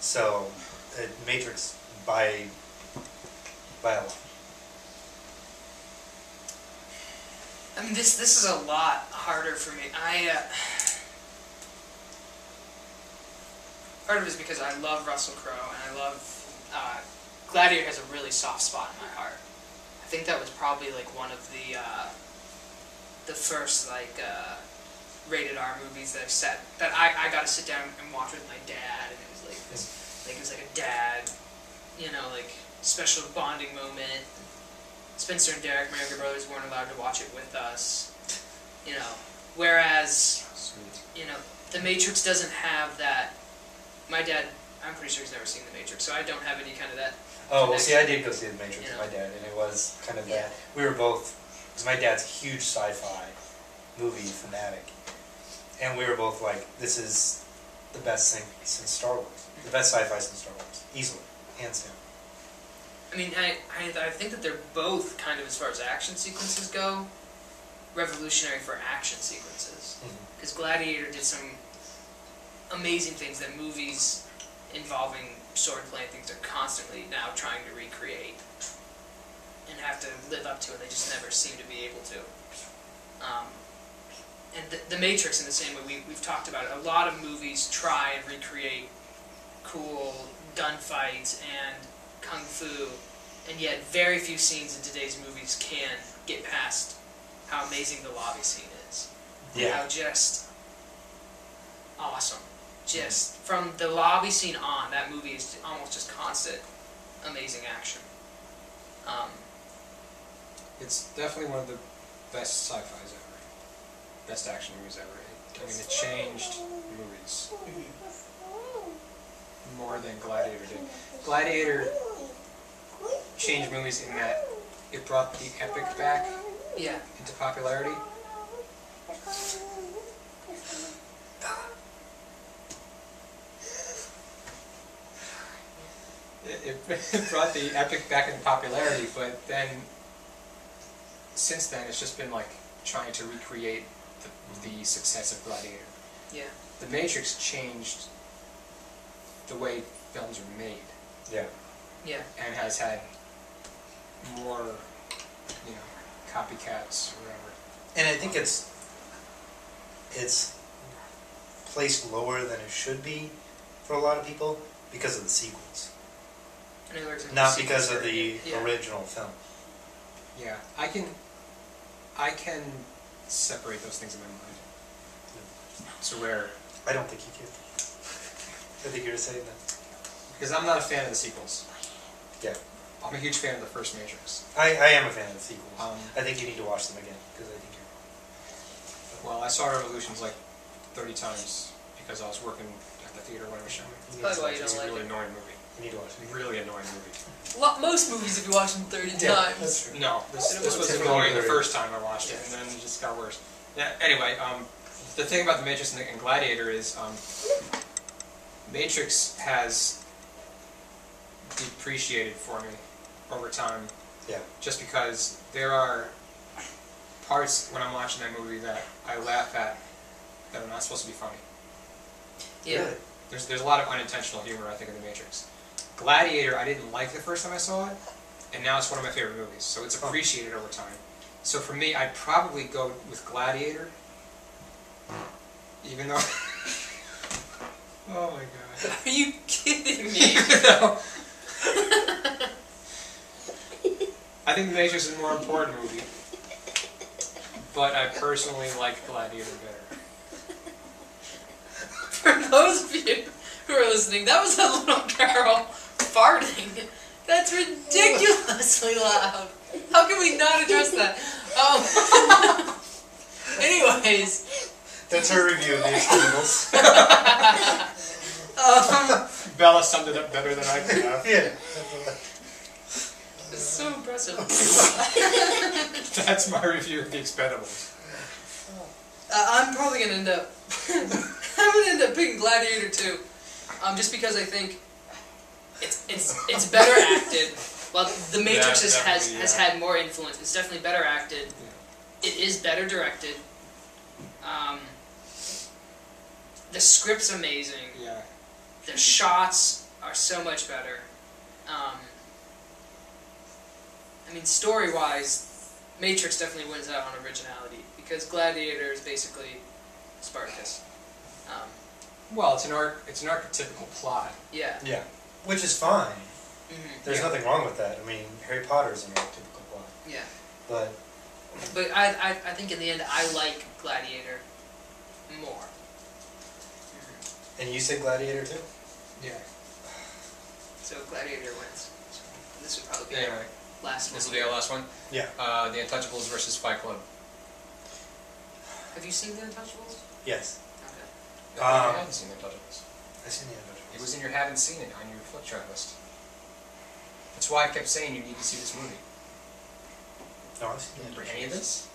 So, uh, Matrix by by a lot. I mean, this this is a lot harder for me. I uh, part of it is because I love Russell Crowe and I love uh, Gladiator has a really soft spot in my heart. I think that was probably like one of the uh, the first like uh, rated R movies that I've set that I, I got to sit down and watch with my dad and it was like this like it was like a dad you know, like special bonding moment. Spencer and Derek, my younger brothers, weren't allowed to watch it with us. You know, whereas Sweet. you know, The Matrix doesn't have that. My dad, I'm pretty sure he's never seen The Matrix, so I don't have any kind of that. Oh, well, see, I did go see The Matrix with Yeah. my dad, and it was kind of Yeah. that. We were both, because my dad's a huge sci fi movie fanatic, and we were both like, this is the best thing since Star Wars. The best sci fi since Star Wars. Easily. Hands down. I mean, I, I, I think that they're both kind of, as far as action sequences go, revolutionary for action sequences. Mhm. Because Gladiator did some amazing things that movies involving swordplay and things are constantly now trying to recreate and have to live up to, and they just never seem to be able to. Um, and the, the Matrix, in the same way we, we've talked about it, a lot of movies try and recreate cool gunfights and kung fu, and yet very few scenes in today's movies can get past how amazing the lobby scene is. and Yeah. How just awesome. Just from the lobby scene on, that movie is almost just constant amazing action. Um, It's definitely one of the best sci-fi's ever. Best action movies ever. It, I mean, it changed movies more than Gladiator did. Gladiator changed movies in that it brought the epic back yeah. into popularity. It, it, it brought the epic back into popularity, but then since then it's just been like trying to recreate the, the success of Gladiator. Yeah. The Matrix changed the way films are made Yeah. Yeah. and has had more, you know, copycats or whatever. And I think it's it's placed lower than it should be for a lot of people because of the sequels, In other words, in not the because of sequence the where- yeah. original film. Yeah, I can, I can separate those things in my mind. So where, I don't think you can. I think you're saying that. because I'm not a fan of the sequels. Yeah. I'm a huge fan of the first Matrix. I, I am a fan of the sequels. Um, I think you need to watch them again because I think you're wrong. well, I saw Revolutions like 30 times because I was working at the theater when it was showing. You need That's to why watch you It's don't a like really it. annoying it. movie. You need to watch it. Really annoying movie. Lot, most movies, if you watch them 30 times. true. No, this, It this was wasn't annoying the very- first time I watched it, and then it just got worse. Yeah, anyway, um, the thing about the Matrix and, the, and Gladiator is um, Matrix has depreciated for me over time. Yeah. Just because there are parts when I'm watching that movie that I laugh at that are not supposed to be funny. Yeah. Really? There's there's a lot of unintentional humor I think in the Matrix. Gladiator I didn't like the first time I saw it, and now it's one of my favorite movies. So it's appreciated over time. So for me, I'd probably go with Gladiator, even though. oh my god. Are you kidding me? even though. I think The Matrix is a more important movie, but I personally like Gladiator better. For those of you who are listening, that was a little girl farting. That's ridiculously loud. How can we not address that? Um, anyways, That's her review of the Expendables. um, Bella summed it up better than I could have. yeah. it's so impressive. That's my review of The Expendables. Uh, I'm probably gonna end up. I'm gonna end up picking Gladiator 2, um, just because I think it's it's it's better acted. Well, The Matrix Yeah, has has, definitely, has yeah. had more influence. It's definitely better acted. It is better directed. Um, the script's amazing. Yeah. The shots are so much better. Um, I mean, story wise, Matrix definitely wins out on originality because Gladiator is basically Spartacus. Um, Well, it's an arch- it's an archetypical plot. yeah. Yeah. Which is fine. hmm There's Yeah. nothing wrong with that. I mean, Harry Potter's an typical plot. Yeah. But But I, I, I think in the end, I like Gladiator more. and you said Gladiator too. Yeah. So Gladiator wins. This would probably be Anyway, our last this will one. be our last one. Yeah. Uh, the Untouchables versus Fight Club. Have you seen The Untouchables? Yes. Okay. No, I Um, haven't seen the Untouchables. I seen the Untouchables. It was in your haven't seen it on your flick chart list. That's why I kept saying you need to see this movie. No, I've seen the Remember Untouchables. any of this?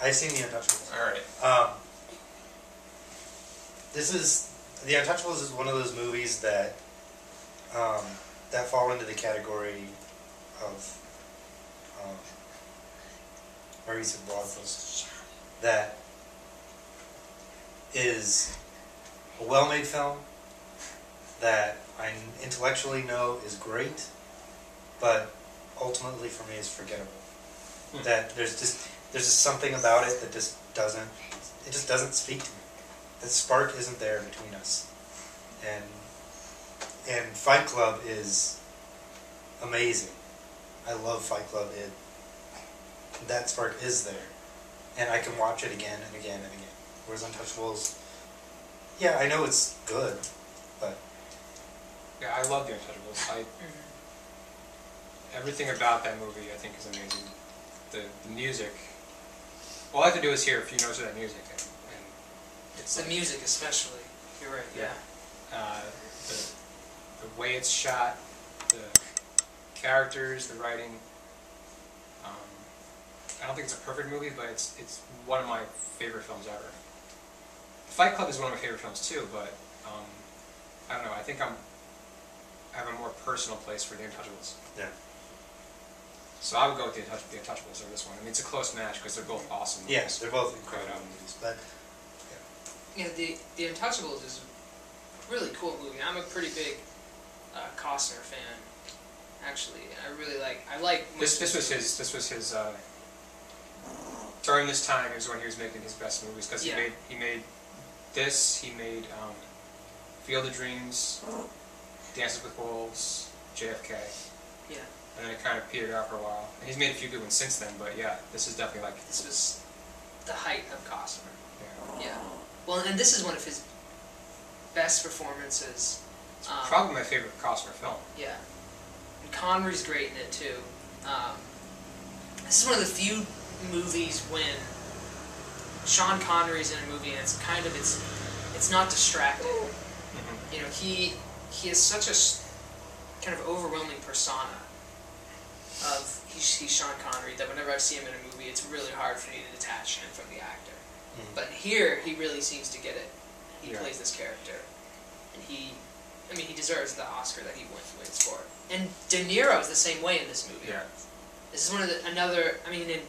I've seen the Untouchables. All right. Um, this is The Untouchables is one of those movies that um, that fall into the category of um, Maurice and Blossoms that is a well-made film that I intellectually know is great, but ultimately for me is forgettable. Hmm. That there's just there's just something about it that just doesn't it just doesn't speak to me. That spark isn't there between us. And and Fight Club is amazing. I love Fight Club. It that spark is there, and I can watch it again and again and again. Whereas Untouchables, yeah, I know it's good, but Yeah, I love The Untouchables. I, everything about that movie I think is amazing. The, the music. All I have to do is hear a few notes of that music, and, and it's It's the music, especially. You're right. Yeah. uh, the, the way it's shot, the characters, the writing. Um, I don't think it's a perfect movie, but it's it's one of my favorite films ever. Fight Club is one of my favorite films too, but um, I don't know. I think I'm I have a more personal place for The Untouchables. yeah, So I would go with The, Untouch- the Untouchables over this one. I mean, it's a close match because they're both awesome. movies. um, yes, they're both incredible Right on. movies. But Yeah. The The Untouchables is a really cool movie. I'm a pretty big uh, Costner fan, actually. I really like. I like. most This this of was his this was his uh, during this time is when he was making his best movies because he Yeah. made he made this he made um, Field of Dreams, Dances with Wolves, JFK, Yeah. and then it kind of petered out for a while. And he's made a few good ones since then, but yeah, this is definitely like This was the height of Costner. yeah. Yeah. Well, and this is one of his best performances. it's Um, probably my favorite Costner film. Yeah. And Connery's great in it too. Um, this is one of the few movies when Sean Connery's in a movie and it's kind of it's it's not distracting. You know, he he is such a s- kind of overwhelming persona of he's, he's Sean Connery that whenever I see him in a movie, it's really hard for me to detach him from the actor. mm, But here, he really seems to get it. He Mm-hmm. Yeah. plays this character, and he, I mean, he deserves the Oscar that he wins, wins for. it. And De Niro's the same way in this movie. Yeah, This is one of the another. I mean, and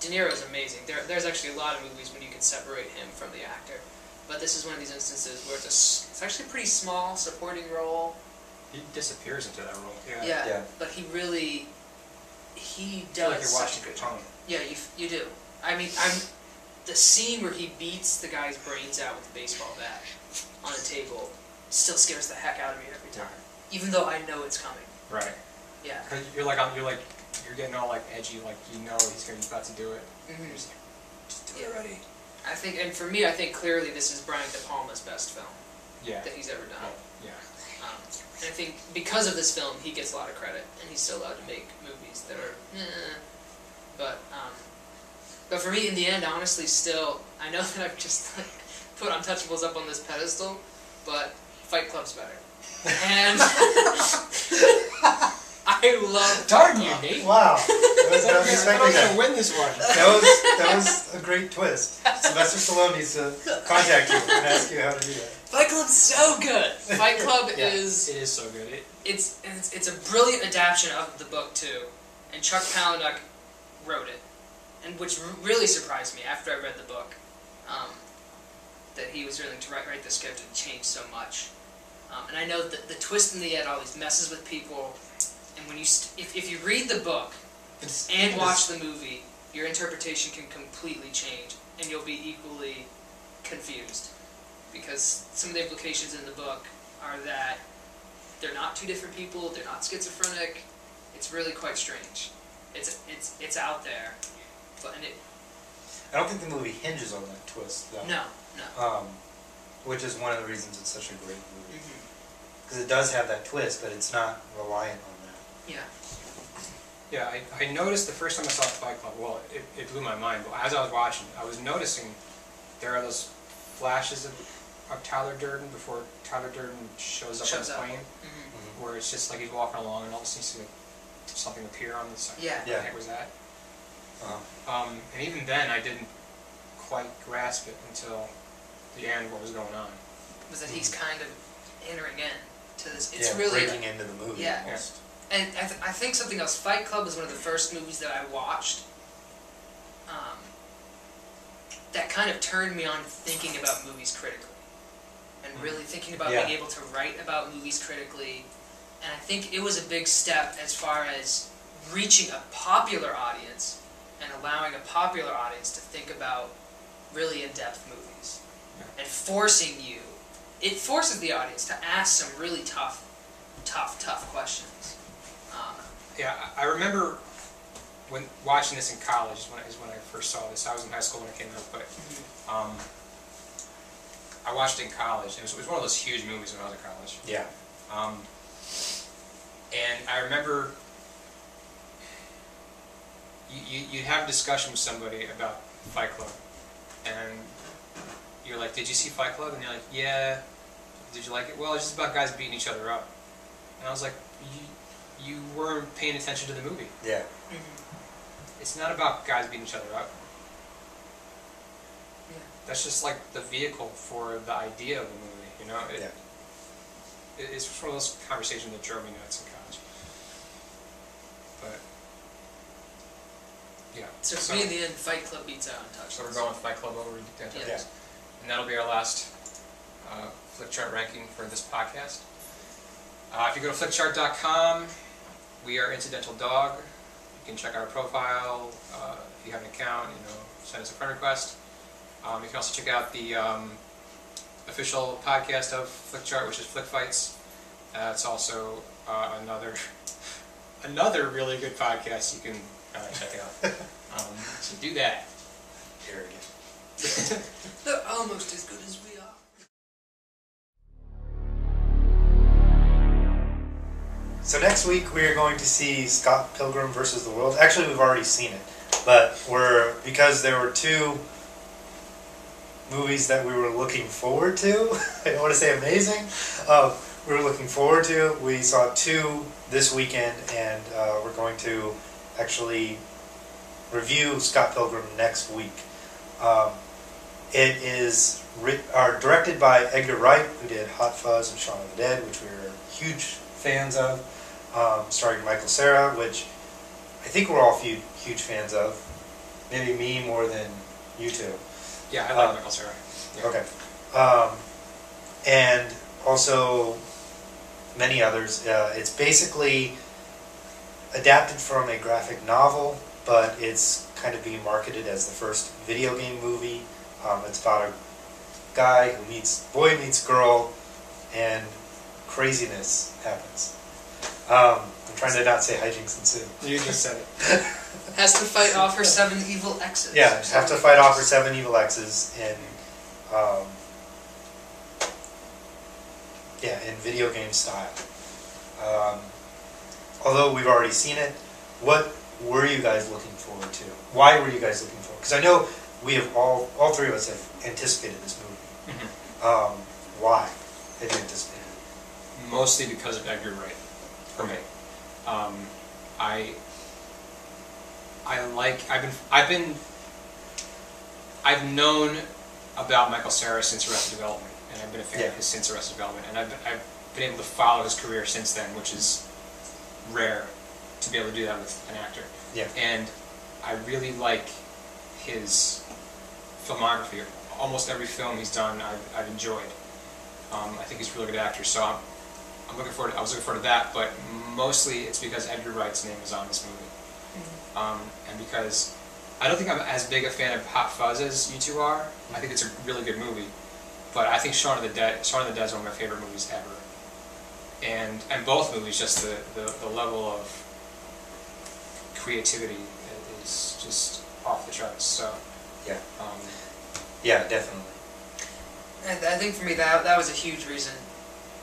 De Niro's amazing. There, there's actually a lot of movies when you can separate him from the actor, but this is one of these instances where it's a, s- it's actually a pretty small supporting role. he disappears into that role. Yeah, yeah. But he really, he I does. feel like you're watching such a good Katana. yeah, you, f- you do. I mean, I'm the scene where he beats the guy's brains out with a baseball bat on a table still scares the heck out of me every time, even though I know it's coming. Right, Yeah. because you're like on- you're like you're getting all like edgy, like you know he's gonna he's about to do it. You're Mm-hmm. just like, just Yeah. already. I think, and for me, I think clearly this is Brian De Palma's best film Yeah. that he's ever done. Yeah. Um, and I think because of this film, he gets a lot of credit, and he's still allowed to make movies that are, eh. but um, but for me, in the end, honestly, still, I know that I've just like put Untouchables up on this pedestal, but Fight Club's better, and I love. Darn you, Nate! Wow, I was not I expecting was that. gonna win this one. That was that was a great twist. Sylvester Stallone needs to contact you and ask you how to do that. Fight Club's so good. Fight Club Yeah. is It is so good. It, it's, it's it's a brilliant adaptation of the book too, and Chuck Palahniuk wrote it, and which r- really surprised me after I read the book, um, that he was willing to write write the script and change so much, um, and I know that the twist in the end always messes with people, and when you st- if if you read the book It's- and it's- watch the movie, your interpretation can completely change, and you'll be equally confused. Because some of the implications in the book are that they're not two different people, they're not schizophrenic. It's really quite strange. It's it's it's out there, but and it I don't think the movie hinges on that twist though. no no. Um, which is one of the reasons it's such a great movie. Mm-hmm. because it does have that twist, but it's not reliant on that. Yeah. Yeah, I, I noticed the first time I saw Fight Club, well, it, it blew my mind, but as I was watching, I was noticing there are those flashes of, of Tyler Durden before Tyler Durden shows up Mm-hmm. Shows on up. the plane, hmm where it's just like he's walking along and all of a sudden you see like, something appear on the side. Yeah. What Yeah. the heck was that? Um, Um, and even then, I didn't quite grasp it until the end, what was going on. Was that he's kind of entering in to this? It's Mm-hmm. yeah, really breaking into the movie. yeah. almost. And I, th- I think something else. Fight Club was one of the first movies that I watched. Um, that kind of turned me on to thinking about movies critically, and really thinking about Yeah. being able to write about movies critically. And I think it was a big step as far as reaching a popular audience and allowing a popular audience to think about really in-depth movies and forcing you. It forces the audience to ask some really tough, tough, tough questions. Um, Yeah, I I remember when watching this in college is when, is when I first saw this. I was in high school when it came out, but um, I watched it in college. It was, it was one of those huge movies when I was in college. Yeah. Um, and I remember you, you, you'd have a discussion with somebody about Fight Club, and you're like, Did you see Fight Club? And they're like, Yeah. Did you like it? Well, it's just about guys beating each other up. And I was like, You, you weren't paying attention to the movie. Yeah. It's not about guys beating each other up. Yeah. That's just like the vehicle for the idea of the movie, you know? It, Yeah. it- it's just one of those conversations that drove me nuts in college. But, yeah. So for me, in the end, Fight Club beats out Untouchables. So we're going with Fight Club over Dan Yeah. Tevez. And that'll be our last uh, Flick Chart ranking for this podcast. Uh, if you go to flickchart.com, we are Incidental Dog. You can check our profile. Uh, if you have an account, you know, send us a friend request. Um, you can also check out the um, official podcast of Flick Chart, which is Flick Fights. Uh, it's also uh, another another really good podcast you can uh, check out. Um, so do that. Arrogant. They're almost as good as we are. So next week we are going to see Scott Pilgrim versus the World. Actually, we've already seen it, but we're because there were two movies that we were looking forward to. I don't want to say amazing. Uh, we were looking forward to. We saw two this weekend, and uh, we're going to actually review Scott Pilgrim next week. Um, it is writ- or directed by Edgar Wright, who did Hot Fuzz and Shaun of the Dead, which we were huge fans of, um, starring Michael Cera, which I think we're all huge, huge fans of. Maybe me more than you two. Yeah, I like Uh, Michael Cera. Yeah. Okay. Um, and also many others. Uh, it's basically adapted from a graphic novel, but it's kind of being marketed as the first video game movie. Um, it's about a guy who meets boy meets girl, and craziness happens. Um, I'm trying to not say hijinks ensue. You just said it. Has to fight off her seven evil exes. Yeah, you have to fight off her seven evil exes in, um, yeah, in video game style. Um, although we've already seen it, what were you guys looking forward to? Why were you guys looking forward? Because I know we have all, all three of us have anticipated this movie. Mm-hmm. Um, why have you anticipated? it? Mostly because of Edgar Wright, for me. Um, I I like I've been I've been I've known about Michael Cera since Arrested Development, and I've been a fan Yeah. of his since Arrested Development, and I've been, I've been able to follow his career since then, which is rare to be able to do that with an actor. Yeah. and I really like his filmography. Almost every film he's done, I've, I've enjoyed. Um, I think he's a really good actor, so I'm, I'm looking forward. I was looking forward to that, but mostly it's because Edgar Wright's name is on this movie, um, and because I don't think I'm as big a fan of Hot Fuzz as you two are. I think it's a really good movie, but I think Shaun of the Dead, Shaun of the Dead is one of my favorite movies ever, and and both movies, just the, the, the level of creativity is just off the charts. So, Yeah. um, Yeah, definitely. And I think for me that that was a huge reason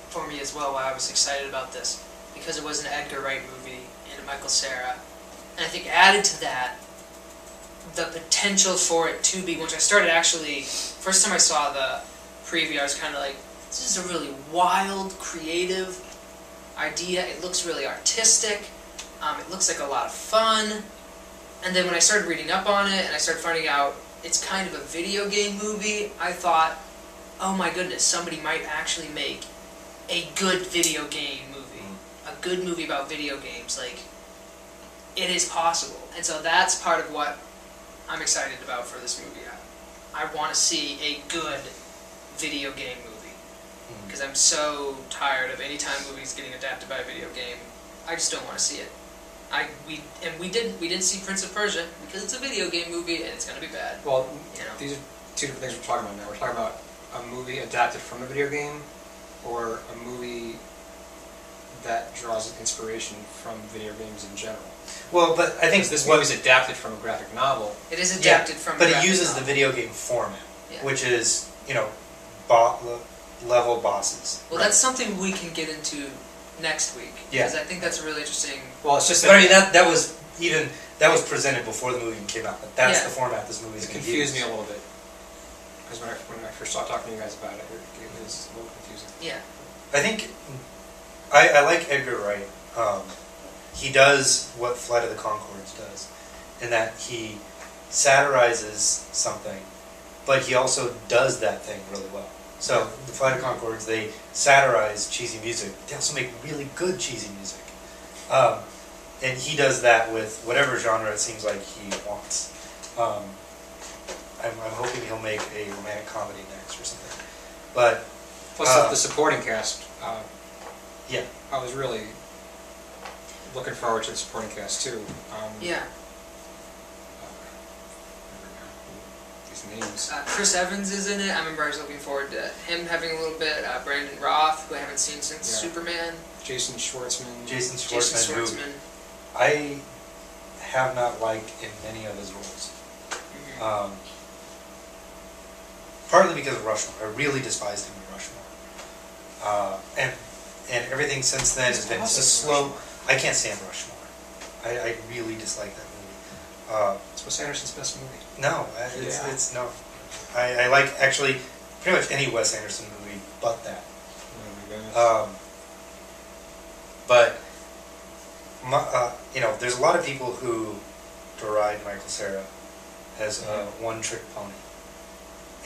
for me as well why I was excited about this because it was an Edgar Wright movie and a Michael Sarah, and I think added to that the potential for it to be. Which I started actually first time I saw the preview, I was kind of like, this is a really wild, creative idea. It looks really artistic. Um, it looks like a lot of fun. And then when I started reading up on it and I started finding out it's kind of a video game movie, I thought, oh my goodness, somebody might actually make a good video game movie, Mm. a good movie about video games. Like, it is possible. And so that's part of what I'm excited about for this movie. I, I want to see a good video game movie Mm. because I'm so tired of any time movies getting adapted by a video game. I just don't want to see it. I we and we didn't we didn't see Prince of Persia because it's a video game movie and it's gonna be bad. Well, You know. these are two different things we're talking about now. We're talking about a movie adapted from a video game or a movie that draws inspiration from video games in general. Well, but I think Because this what- movie is adapted from a graphic novel. It is Yeah, adapted from. a But it graphic uses the novel. video game format, Yeah. which is you know, bo- le- level bosses. Well, that's something we can get into next week Yeah. because I think that's a really interesting. Well, it's just But I mean that that that was even that was presented before the movie even came out. But that's Yeah. the format this movie is it going to confused me a little bit. Because when I, when I first started talking to you guys about it, it it was a little confusing. Yeah. I think I, I like Edgar Wright. Um, he does what Flight of the Concords does, in that he satirizes something, but he also does that thing really well. So the Flight of Concords, they satirize cheesy music. They also make really good cheesy music. Um, and he does that with whatever genre it seems like he wants. Um, I'm, I'm hoping he'll make a romantic comedy next or something. But Plus, Uh, the supporting cast. Uh, Yeah. I was really looking forward to the supporting cast too. Um, Mm-hmm. Yeah. uh, I don't remember now who- These names. Uh, Chris Evans is in it. I remember I was looking forward to him having a little bit. Uh, Brandon Roth, who I haven't seen since Yeah. Superman. Jason Schwartzman. Jason Jason Schwartzman, who Schwartzman. I have not liked in many of his roles. Mhm. Um, partly because of Rushmore. I really despised him in Rushmore. Uh, and and everything since then has been Awesome. just slow. I can't stand Rushmore. I, I really dislike that movie. Uh, It's Wes Anderson's best movie. no, I- it's, Yeah. it's no. I, I like actually pretty much any Wes Anderson movie but that. Oh my gosh. Um, but my, uh, you know, there's a lot of people who deride Michael Sarah as a one-trick pony,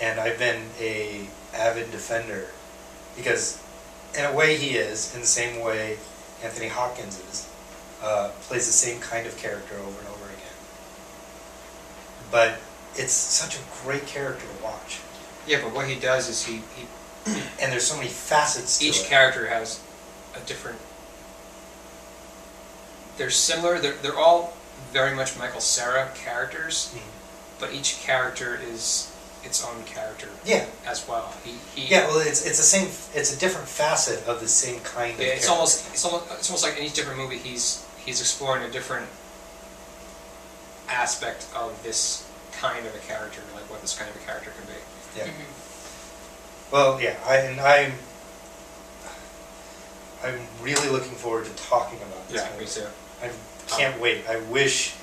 and I've been a avid defender because, in a way, he is. In the same way, Anthony Hopkins is, uh, plays the same kind of character over and over again. But it's such a great character to watch, yeah, but what he does is he, he and there's so many facets to each it. character has a different. They're similar. They're they're all very much Michael Cera characters, Mhm. but each character is its own character Yeah. as well. He, he Yeah, well, it's it's the same. It's a different facet of the same kind of. Yeah, it's character. almost it's almost it's almost like in each different movie he's he's exploring a different aspect of this kind of a character, like what this kind of a character can be. Yeah. Mhm. Well, yeah, I, and I'm. I'm really looking forward to talking about this. movie. too. I can't wait. I wish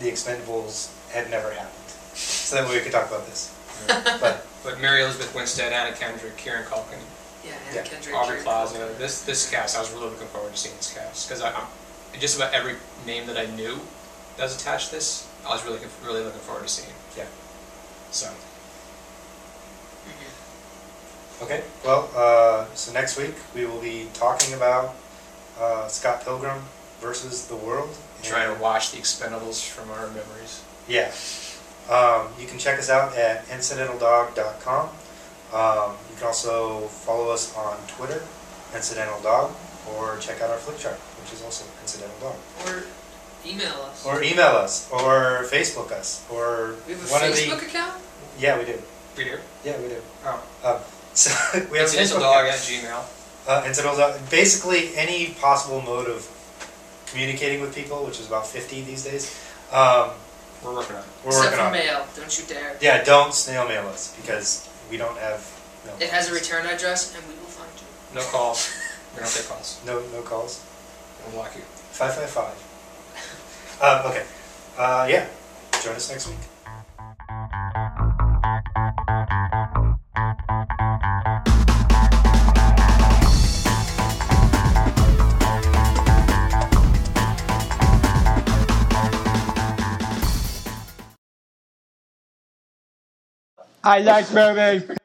the Expendables had never happened, so that way we could talk about this. Mm-hmm. But But Mary Elizabeth Winstead, Anna Kendrick, Kieran Culkin, Yeah, Anna Yeah. Kendrick. Mm-hmm. Aubrey Kieran Plaza. Culkin. This this cast, I was really looking forward to seeing this cast because I, I just about every name that I knew that was attached to this, I was really really looking forward to seeing. yeah, So Mhm. okay. Well, uh, so next week we will be talking about uh, Scott Pilgrim versus the World. trying and- to watch the Expendables from our memories. Yeah. Um, you can check us out at incidentaldog.com. Um, you can also follow us on Twitter, Incidental Dog, or check out our flip chart, which is also Incidental Dog. Or email us. Or email us, or Facebook us, or we have a one Facebook of the. account. Yeah, we do. We do. Yeah, we do. Oh, Um, so we have a Incidental Facebook Dog at account. Gmail. Uh, incidental Dog. Basically, any possible mode of communicating with people, which is about 50 these days. Um, We're working on it. we're Except working for on it. mail. Don't you dare. Yeah, don't snail mail us because we don't have. Mail It has a boxes. return address, and we will find you. No calls. We don't take calls. No, no calls. We'll block you. Five five five. Um, okay. Uh, yeah. Join us next week. I like movies.